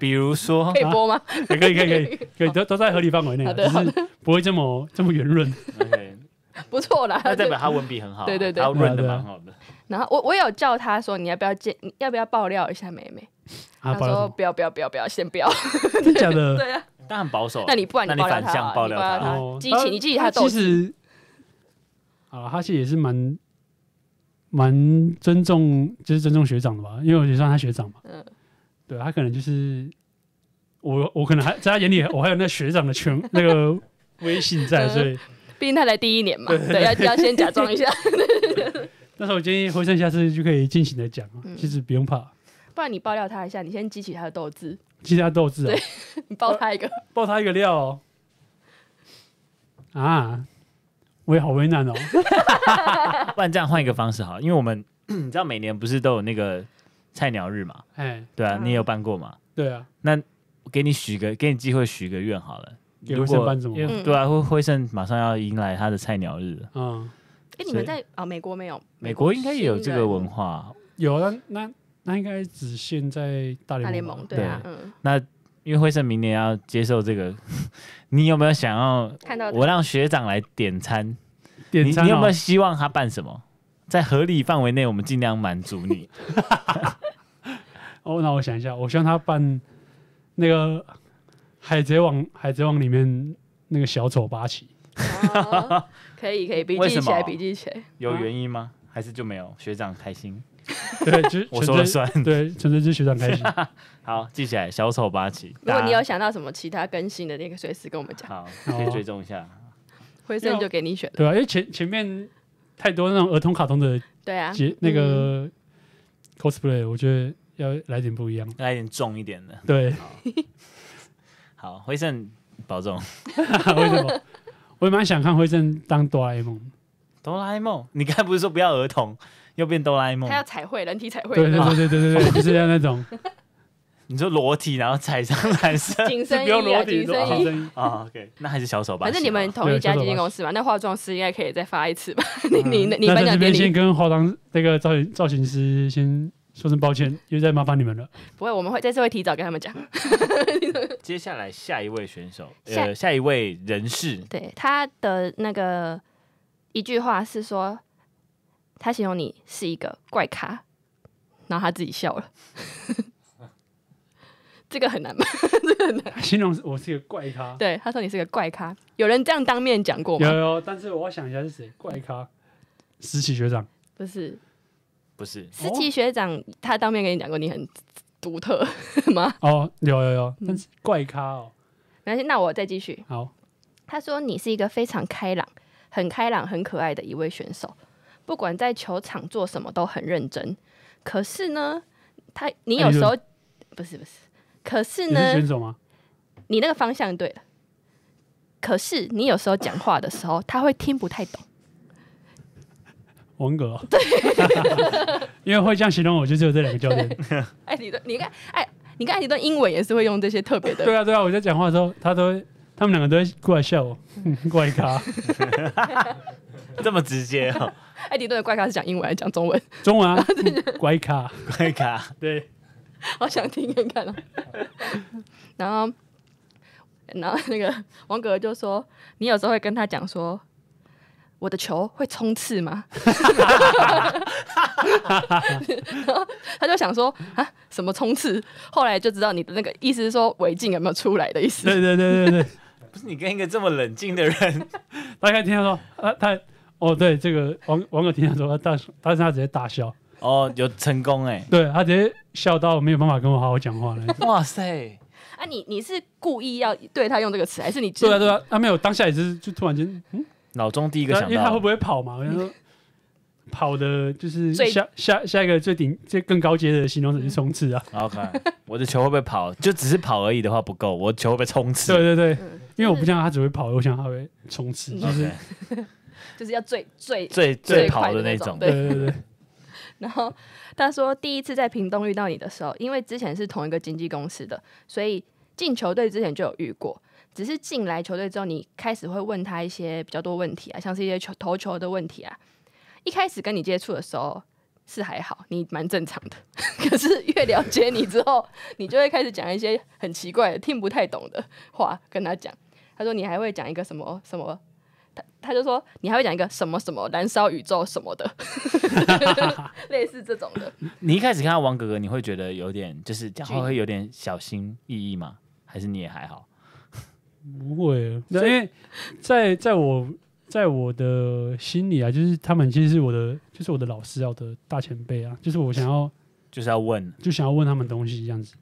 A: 比如说
C: 可以播吗？
B: 也可以可以可以可以，都都在合理范围内啊，
C: 好
B: 只
C: 的好
B: 是不会这么这么圆润。
A: ，OK，
C: 不错啦。
A: 那代表他文笔很好啊，
C: 对对对
A: 他润的哦
B: 对啊对啊
A: 蛮好的。
C: 然后我我有叫他说，你要不要见，你要不要爆料一下妹妹？
B: 啊，
C: 他
B: 爆
C: 说
B: 料呃
C: 不要不要不要不要，先不要。
B: 什么真假的？
C: 对啊，
A: 但很保守啊。
C: 那你不然你
A: 那你
C: 爆料
A: 反
C: 他
A: 向
C: 啊
A: 爆
C: 你
A: 料
C: 爆料
A: 他
C: 他，
B: 哦
C: 激起你激起他
B: 他
C: 斗
B: 其实，啊，他其实也是蛮蛮尊重，就是尊重学长的吧，因为我也算他学长嘛。
C: 嗯
B: 对他可能就是我，我可能还在他眼里，我还有那学长的权那 个威信在，
C: 嗯
B: 所以
C: 毕竟他才第一年嘛，对，要要先假装一下，
B: 那时候我建议回生下次就可以尽情的讲啊，
C: 嗯
B: 其实不用怕。
C: 不然你爆料他一下，你先激起他的斗志，
B: 其他斗志啊，
C: 你爆他一个，
B: 爆他一个料、哦、啊！我也好为 难哦。
A: 不然这样换一个方式好了，因为我们 你知道每年不是都有那个菜鸟日嘛？
B: 哎，
A: 对啊，
C: 嗯
A: 你也有办过嘛？
B: 对啊，
A: 我给你许个，给你机会许个愿好了。
B: 给
A: 如
B: 辉盛
A: 果
B: 办什么？
C: 嗯
A: 对啊，辉辉盛马上要迎来他的菜鸟日了，
B: 嗯，
C: 哎，你们在啊美国没有？
A: 美国应该也有这个文
C: 化，
A: 化。
B: 有那那那应该只限在大
C: 大
B: 联
C: 联
B: 盟吧
C: 盟对啊，嗯，
A: 那因为辉盛明年要接受这个， 你有没有想要
C: 看到
A: 我让学长来点餐？
C: 啊
B: 点
A: 你
B: 餐
A: 你有
B: 哦
A: 没有希望他办什么？在合理范围内，我们尽量满足 你。
B: 哦，那我想一下，我希望他办那个《海贼王》《海贼王》里面那个小丑八旗，
C: 啊可以可以，笔
A: 为
C: 记
A: 什
C: 起来
A: 么
C: 笔记起来，
A: 有原因吗？还是就没有？学长开心，
B: 对，就是
A: 我
B: 纯
A: 说了
B: 粹
A: 算。
B: 对，纯粹就是学长开 心。
A: 好，记起来，小丑八旗。
C: 如果
A: 大
C: 你有
A: 家
C: 想到什么其他更新的，那个随时跟我们讲，
A: 好，可以追踪一下。
C: 辉
B: 因
C: 盛
B: 为
C: 就给你选了，
B: 对啊，因为前前面太多那种儿童卡通的
C: 对啊，
B: 节、那个 cosplay，我觉得要来点不一样。
A: 来点重一点的。
B: 对，
A: 好，辉盛保重。
B: 为什么？我也蛮想看灰尘当哆啦 A 梦。
A: 哆啦 A 梦， 你刚才不是说不要儿童，又变哆啦 A
C: 嗯
A: 梦
C: 他？要彩绘，人体彩绘，
B: 对对对对对对对，就是要那 种
A: 你说裸体然后踩上男生
C: 紧
B: 是
C: 身
B: 不
C: 衣
B: 用裸
C: 啊，
B: 体
C: 紧
B: 的
C: 身衣。
B: 衣。
A: 啊、o k 那还是小手吧。
C: 反正你们同一家
B: 对
C: 经纪公司嘛，那化妆师应该可以再发一次吧？你你你
B: 那
C: 颁
B: 在这
C: 奖
B: 边
C: 典
B: 先
C: 礼
B: 跟化妆那个造型造型师先说声抱歉，又在麻烦你们 了。
C: 不会，我们会这次会提早跟他们讲。
A: 接下来下一位选手，
C: 下
A: 呃，下一位人士，
C: 对他的那个一句话是说，他形容你是一个怪咖，然后他自己笑了。 这个很难吧？
B: 形容我是一个怪咖，
C: 对，他说你是个怪咖，有人这样当面讲过
B: 有
C: 吗？
B: 有，但是我要想一下是谁怪咖。实习学长，
C: 不是，
A: 不是
C: 思琪学长他当面跟你讲过你很独特吗？
B: 哦，有有有，
C: 嗯
B: 但是怪咖哦，
C: 没关系，那我再继续。
B: 好，
C: 他说你是一个非常开朗、很开朗、很可爱的一位选手，不管在球场做什么都很认真。可是呢，他你有时候、不是不是，可是
B: 哎你是
C: 呢，
B: 选手吗？
C: 你那个方向对了，可是你有时候讲话的时候，他会听不太懂。
B: 文革、 对， 因为会这样形容我，就只有这两个教练。
C: 哎，你的你看，哎，你看你的英文也是会用这些特别 的，
B: 对啊，对啊，我在讲话的时候，他都会他们两个都会过来笑我，
C: 嗯
B: 怪咖。
A: 这么直接 哦，
C: 艾迪顿的怪咖是讲英文还是讲中文？
B: 中 文啊，怪咖。
A: 怪咖。
B: 对，
C: 好想听看看啊。然后，然后那个王格就说：“你有时候会跟他讲说，我的球会冲刺吗？” 然后他就想说：“啊，什么冲刺？”后来就知道你的那个意思是说违禁有没有出来的意思。
B: 对对对对对，
A: 不是你跟一个这么冷静的人，
B: 大概听他说，啊，他哦，对，这个王王哥听他说，但是但是他直接大笑，
A: 哦，有成功哎、
B: 对他直接笑到没有办法跟我好好讲话了。
A: 哇塞，
C: 啊你，你是故意要对他用这个词，还是你
B: 对啊对啊，他没有当下也是就突然间，
A: 脑中第一个
B: 那
A: 想
B: 因为他会
A: 到
B: 不会跑嘛？我就说跑的就是
C: 最
B: 下下下一个最顶最更高阶的形容词就是冲刺啊。
A: ，OK，我的球会不会跑？就只是跑而已的话不够，我球会被冲刺。
B: 对对对，
C: 嗯，
B: 因为我不像他只会跑，我想他会冲刺，就
A: o
B: 是
A: k
C: 就是要最最
A: 最
C: 最
A: 最
C: 快
A: 跑的
C: 的那
A: 那
C: 种
A: 种，
C: 对
B: 对对对，
C: 然后他说，第一次在屏东遇到你的时候，因为之前是同一个经纪公司的，所以进球队之前就有遇过。只是进来球队之后，你开始会问他一些比较多问题啊，像是一些球投球的问题啊。一开始跟你接触的时候是还好，你蛮正常的。 可是越了解你之后，你就会开始讲一些很奇怪的、听不太懂的话跟他讲。他说你还会讲一个什么什么，他他就说你还会讲一个什么什么燃烧宇宙什么的， 类似这种的。
A: 你一开始看到王哥哥，你会觉得有点就是这样，
C: 距
A: 会会有点小心翼翼吗？还是你也还好？
B: 不会，那因为在在我在我的心里啊，就是他们其实是我的，就是我的老师啊，我的大前辈啊，就是我想要
A: 就是要问，
B: 就想要问他们东西这样子。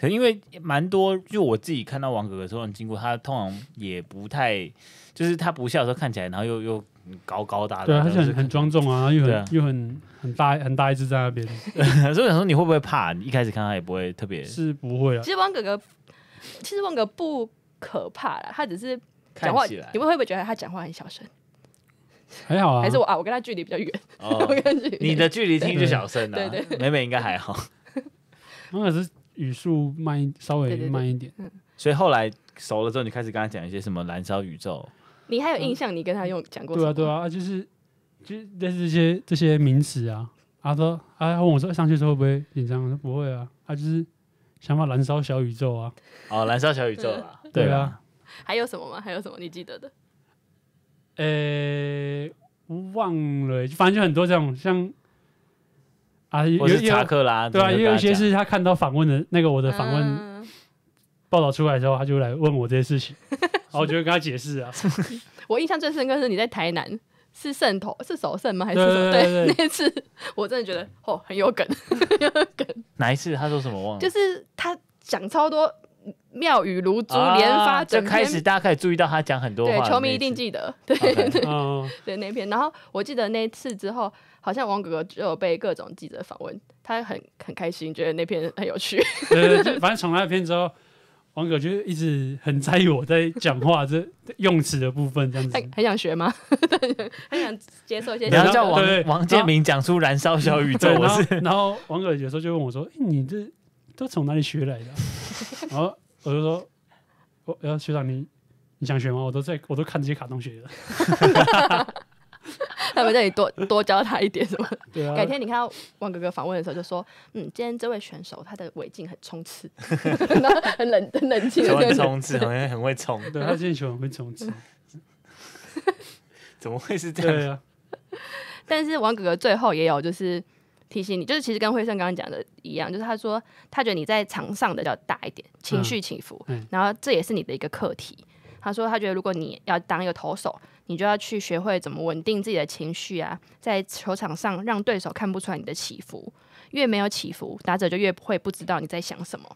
A: 可因为蛮多，就我自己看到王哥哥突然经过，他通常也不太，就是他不笑的时候看起来，然后又又高高大大，
B: 对啊，他
A: 然
B: 是
A: 后
B: 很很庄重啊，又
A: 对
B: 很、
A: 啊
B: 又很很大很大一只在那边，
A: 所以我想说你会不会怕？你一开始看他也不会特别
B: 是不 会啊
C: 其。实汪哥哥，其实汪哥不可怕啦，他只是
A: 看
C: 讲话，
A: 起来
C: 你们会不会觉得他讲话很小声？
B: 还好啊，
C: 还是我啊，我跟他距离比较远， 我
A: 哦。
C: 跟他距离比较远
A: 你的距离听就小声了、
C: 对
A: 啊
C: 对，
A: 美美应该还好。
B: 那个是语速慢一，稍
C: 对对
B: 微
C: 对
B: 慢一
A: 嗯
B: 点。
A: 所以后来熟了之后，你开始跟他讲一些什么燃烧宇宙，
C: 你还有印象？你跟他用讲过？
B: 对啊，对，啊，啊就是就是类似这些这些名词啊。他说，他问我说上去的时候会不会紧张？我说不会啊，他就是想法燃烧小宇宙啊。
A: 哦，燃烧小宇宙啦，
B: 对啊
A: 啦，
C: 还有什么吗？还有什么你记得的？
B: 呃、忘了，欸反正就很多这种像啊，有
A: 或是
B: 有
A: 查克拉，
B: 对啊，
A: 你就
B: 也
A: 跟
B: 有
A: 他
B: 一些
A: 讲啊
B: 是他看到访问的那个我的访问
C: 嗯，
B: 报道出来之后，他就来问我这些事 情，然后我就会跟他解释啊。
C: 我印象最深刻是你在台南。是汕头，是首胜吗？还是
B: 对
C: 什么？
B: 对对对
C: 那一次我真的觉得哦，很有梗，
A: 哪一次他说什么忘了，
C: 就是他讲超多妙语如珠，
A: 啊
C: 连发
A: 就
C: 整篇
A: 开始大家开始注意到他讲很多话
C: 对
A: 的那次，
C: 球迷一定记得，对
A: OK。
B: 嗯，
C: 对那篇。然后我记得那次之后，好像王哥哥就有被各种记者访问，他很很开心，觉得那篇很有趣。
A: 嗯
B: 对对，就反正从那篇之后，王哥就一直很在意我在讲话这用词的部分，这样子
C: 他。 很想学吗？ 很想接受一些
A: 你
B: 然
A: 要
C: 小
B: 后
A: 叫
B: 我
A: 王
B: 对对
A: 王建民讲出燃烧小宇宙
B: 对，，
A: 我
B: 然后
A: 是
B: 然后王哥有时候就问我说：“欸、你这都从哪里学来的啊、 然后我就说：“我然后学长你你想学吗？我都在我都看这些卡通学的。
C: 他们这里多多教他一点什么。”
B: 对
A: 呃
B: 啊，
C: 改天你看到王哥哥访问的时候，就说：“嗯，今天这位选手他的尾劲很冲刺， 然后很冷很冷静的
A: 球
C: 这
A: 很
C: 样子。
A: 冲刺，好像很会冲，
B: 对他进球会冲刺。
A: 怎么会是这
B: 对
A: 样？
B: 啊，
C: 但是王哥哥最后也有就是提醒你，就是其实跟慧胜刚刚讲的一样，就是他说他觉得你在场上的要大一点，情绪起伏，
B: 嗯
C: 然后这也是你的一个课题。他说他觉得如果你要当一个投手，你就要去学会怎么稳定自己的情绪啊，在球场上让对手看不出来你的起伏，越没有起伏，打者就越会不知道你在想什么。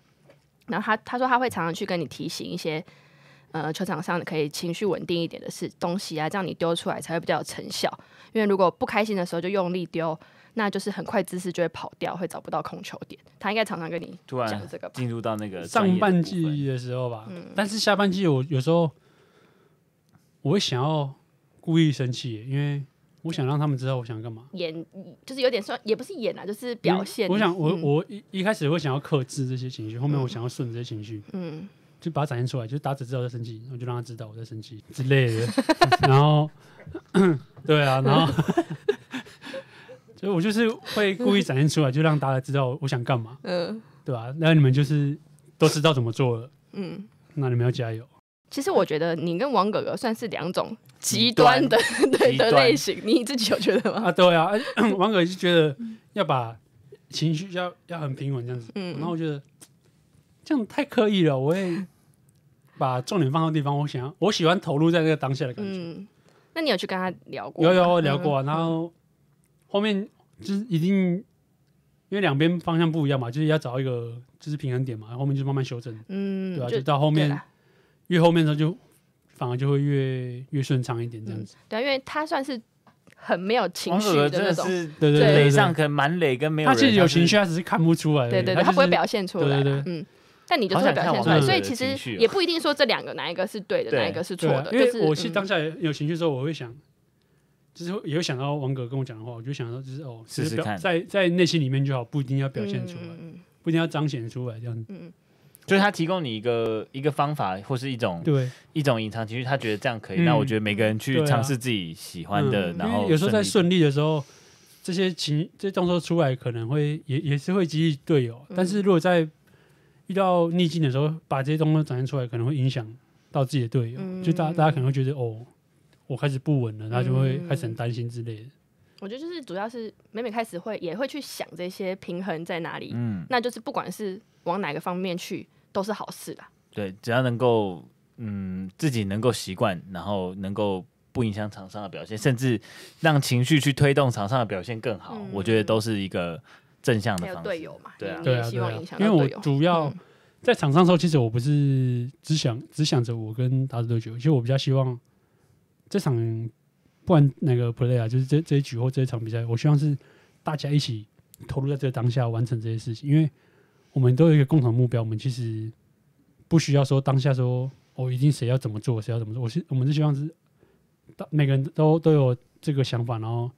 C: 然后他他说他会常常去跟你提醒一些呃球场上可以情绪稳定一点的事东西啊，这样你丢出来才会比较有成效。因为如果不开心的时候就用力丢，那就是很快姿势就会跑掉，会找不到控球点。他应该常常跟你
A: 突然
C: 讲这个吧？
A: 进入到那个专业的
B: 上半
A: 部分
B: 季的时候吧，
C: 嗯
B: 但是下半季我有时候我会想要故意生气，因为我想让他们知道我想干嘛。
C: 演就是有点算，也不是演啊，就是表现。
B: 我想我
C: 嗯
B: 我一一开始会想要克制这些情绪，后面我想要顺着这些情绪，
C: 嗯，
B: 就把它展现出来，就是打者知道我在生气，我就让他知道我在生气之类的。 然后， 对啊，然后， 所以我就是会故意展现出来，就让大家知道我想干嘛，
C: 嗯
B: 对吧、那你们就是都知道怎么做了，
C: 嗯，
B: 那你们要加油。
C: 其实我觉得你跟王哥哥算是两种极端的 对
A: 极
C: 的
A: 端
C: 类型，你自己有觉得吗？
B: 啊，对啊，而 且王可就觉得要把情绪要要很平稳这样子，
C: 嗯
B: 然后我觉得这样太刻意了，我会把重点放到地方，我想要我喜欢投入在那个当下的感觉。
C: 嗯，那你有去跟他聊过吗？
B: 有有我聊过、啊，
C: 嗯
B: 然后后面就是一定因为两边方向不一样嘛，就是要找一个就是平衡点嘛，后面就慢慢修正，
C: 嗯，
B: 对吧、
C: 就
B: 就到后
C: 对
B: 面
C: 啦
B: 越后面的时候就反而就会越越顺畅一点这样子。
C: 对啊，因为他算是很没有情
A: 王
C: 绪
A: 可可真
C: 那
A: 的
C: 种，
A: 是
B: 对对
C: 对
B: 对
A: 垒
B: 对
A: 上可能满垒跟没有
B: 他
A: 人，
B: 其实有
A: 是
B: 情绪，他只是看不出来而已。
C: 对对对，
B: 他
C: 他不会
B: 就是
C: 表现出来啦，
B: 对对
C: 嗯。但你就是会表现出
B: 好想看
C: 来，
B: 王
C: 所以
A: 者的
C: 其实
A: 情绪哦
C: 也不一定说这两个哪一个是对的，
A: 对
C: 哪一个是错
B: 对啊
C: 的。
B: 因
C: 就是
B: 为我是
C: 嗯
B: 当下有情绪的时候，我会想，就是会也会想到王哥跟我讲的话，我就想到就是哦，
A: 试
B: 只是
A: 试
B: 表
A: 看
B: 在在内心里面就好，不一定要表现出来，
C: 嗯嗯
B: 不一定要彰显出来这样子。
A: 就是他提供你一个一个方法或是一种
B: 对，
A: 一种隐藏情绪，他觉得这样可以。
B: 嗯
A: 那我觉得每个人去
B: 对啊
A: 尝试自己喜欢的，
C: 嗯
A: 然
B: 因
A: 后
B: 为有时候在
A: 利
B: 顺利的时候，这些情这动作出来，可能会也也是会激励队友，
C: 嗯
B: 但是如果在遇到逆境的时候，把这些动作展现出来，可能会影响到自己的队友，
C: 嗯
B: 就大大家可能会觉得哦。我开始不稳了，他就会开始很担心之类的。
C: 我觉得就是主要是每每开始会也会去想这些平衡在哪里，
A: 嗯，
C: 那就是不管是往哪个方面去都是好事啦。
A: 对，只要能够嗯自己能够习惯，然后能够不影响场上的表现，甚至让情绪去推动场上的表现更好，
C: 嗯
A: 我觉得都是一个正向的
C: 还
A: 方
C: 有
A: 式。
C: 队友嘛，
A: 对啊
C: 你
B: 对
C: 也
B: 啊，
C: 希
B: 对
C: 望
B: 啊
C: 影响，
B: 因为
C: 到
B: 我
C: 队友。
B: 主要
C: 嗯
B: 在场上的时候，其实我不是只想只想着我跟打者对决，其实我比较希望这场不管哪个 play 啊，就是这这一局或这一场比赛，我希望是大家一起投入在这个当下完成这些事情，因为我们都有一个共同目标，我们其实不需要说当下说哦，一定谁要怎么做，谁要怎么做，我是我们是希望是大每个人都都有这个想法，然后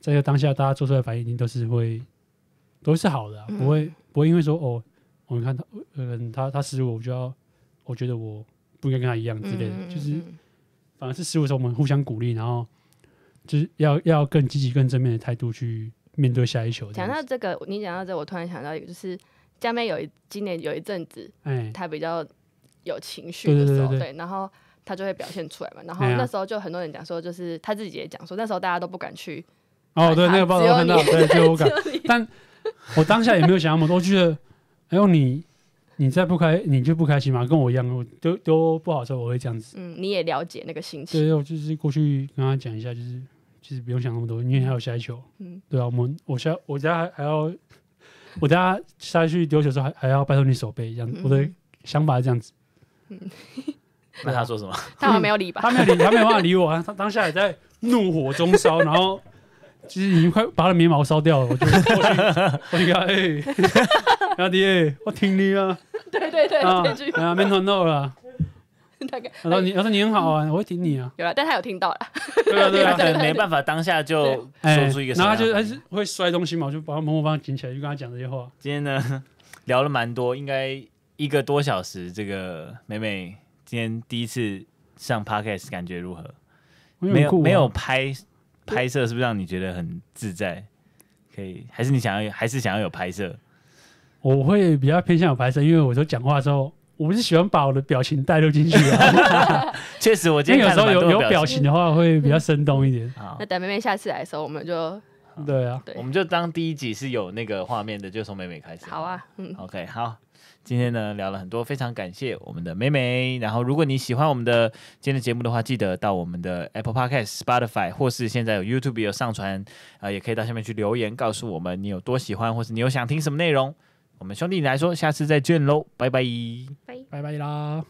B: 在这个当下大家做出来的反应一定都是会都是好的啊、
C: 嗯
B: 不会不会因为说哦，我们看他嗯他他失误，我就要我觉得我不应该跟他一样之类的，
C: 嗯嗯
B: 就是
C: 嗯嗯
B: 反而是失误的时候，我们互相鼓励，然后就是要要更积极、更正面的态度去面对下一球这
C: 讲
B: 样
C: 到
B: 子。
C: 这个，你讲到这，我突然想到一个，就是佳妹有一今年有一阵子，
B: 哎，
C: 她比较有情绪的时候，
B: 对对对对
C: 然后她就会表现出来嘛。然后
B: 哎呀
C: 那时候就很多人讲说，就是她自己也讲说，那时候大家都不敢去，
B: 哦，对，
C: 他
B: 那个报
C: 只
B: 道
C: 有
B: 看到，
C: 你
B: 对，就我感，
C: 就你
B: 但我当下也没有想那么多，我觉得，哎呦你。你再不开，你就不开心嘛，跟我一样，我丢丢不好的时候我会这样子。
C: 嗯，你也了解那个心情，
B: 对，我就是过去跟他讲一下，就是其实不用想那么多，因为还有下一球。
C: 嗯
B: 对啊，我们我下我家还还要，我家下去丢球的时候还还要拜托你手背这样子。我的
C: 嗯
B: 想法是这样子，
A: 那他说什么？
C: 她好像没有理吧？
B: 他没有理，他没有办法理我啊！他当下也在怒火中烧，然后其实已经快把他的眉毛烧掉了。我就过去，我就给他哎， 阿弟、欸，我挺你啊
C: 对 对对，
B: 啊
C: 这句
B: 啊，面头闹了。
C: 大概
B: 他说你，他说你很好啊，我会挺你啊。
C: 有了，但她有听到了，
B: 对啊，对
A: 他
B: 啊
A: 可。 能没办法当下就说出一个啊什
B: 哎然
A: 么
B: 后他
A: 样的。
B: 就他是会摔东西嘛，我就把他某某帮他捡起来，就跟他讲这些话。
A: 今天呢聊了蛮多，应该一个多小时。这个美美今天第一次上 podcast，感觉如何？
B: 我觉得很
A: 没有
B: 酷啊
A: 没有拍拍摄，是不是让你觉得很自在？可以，还是你想要有，还是想要有拍摄？
B: 我会比较偏向有拍摄，因为我说讲话的时候，我不是喜欢把我的表情带入进去 啊。
A: 确实，我
B: 因
A: 今
B: 为
A: 天看
B: 有时
A: 了
B: 候
A: 蛮
B: 有
A: 多
B: 有
A: 的
B: 表
A: 表
B: 情的话，会比较生动 一点。
A: 好
C: 那，等妹妹下次来的时候，我们就
B: 对啊，
C: 对
A: 我们就当第一集是有那个画面的，就从美美开始。
C: 好啊，嗯，
A: OK，好，今天呢聊了很多，非常感谢我们的美美。然后，如果你喜欢我们的今天的节目的话，记得到我们的 Apple Podcast、Spotify 或是现在有 YouTube 有上传，呃，也可以到下面去留言，告诉我们你有多喜欢，或是你有想听什么内容。我们兄弟来说，下次再见喽，拜拜。
B: 拜拜啦。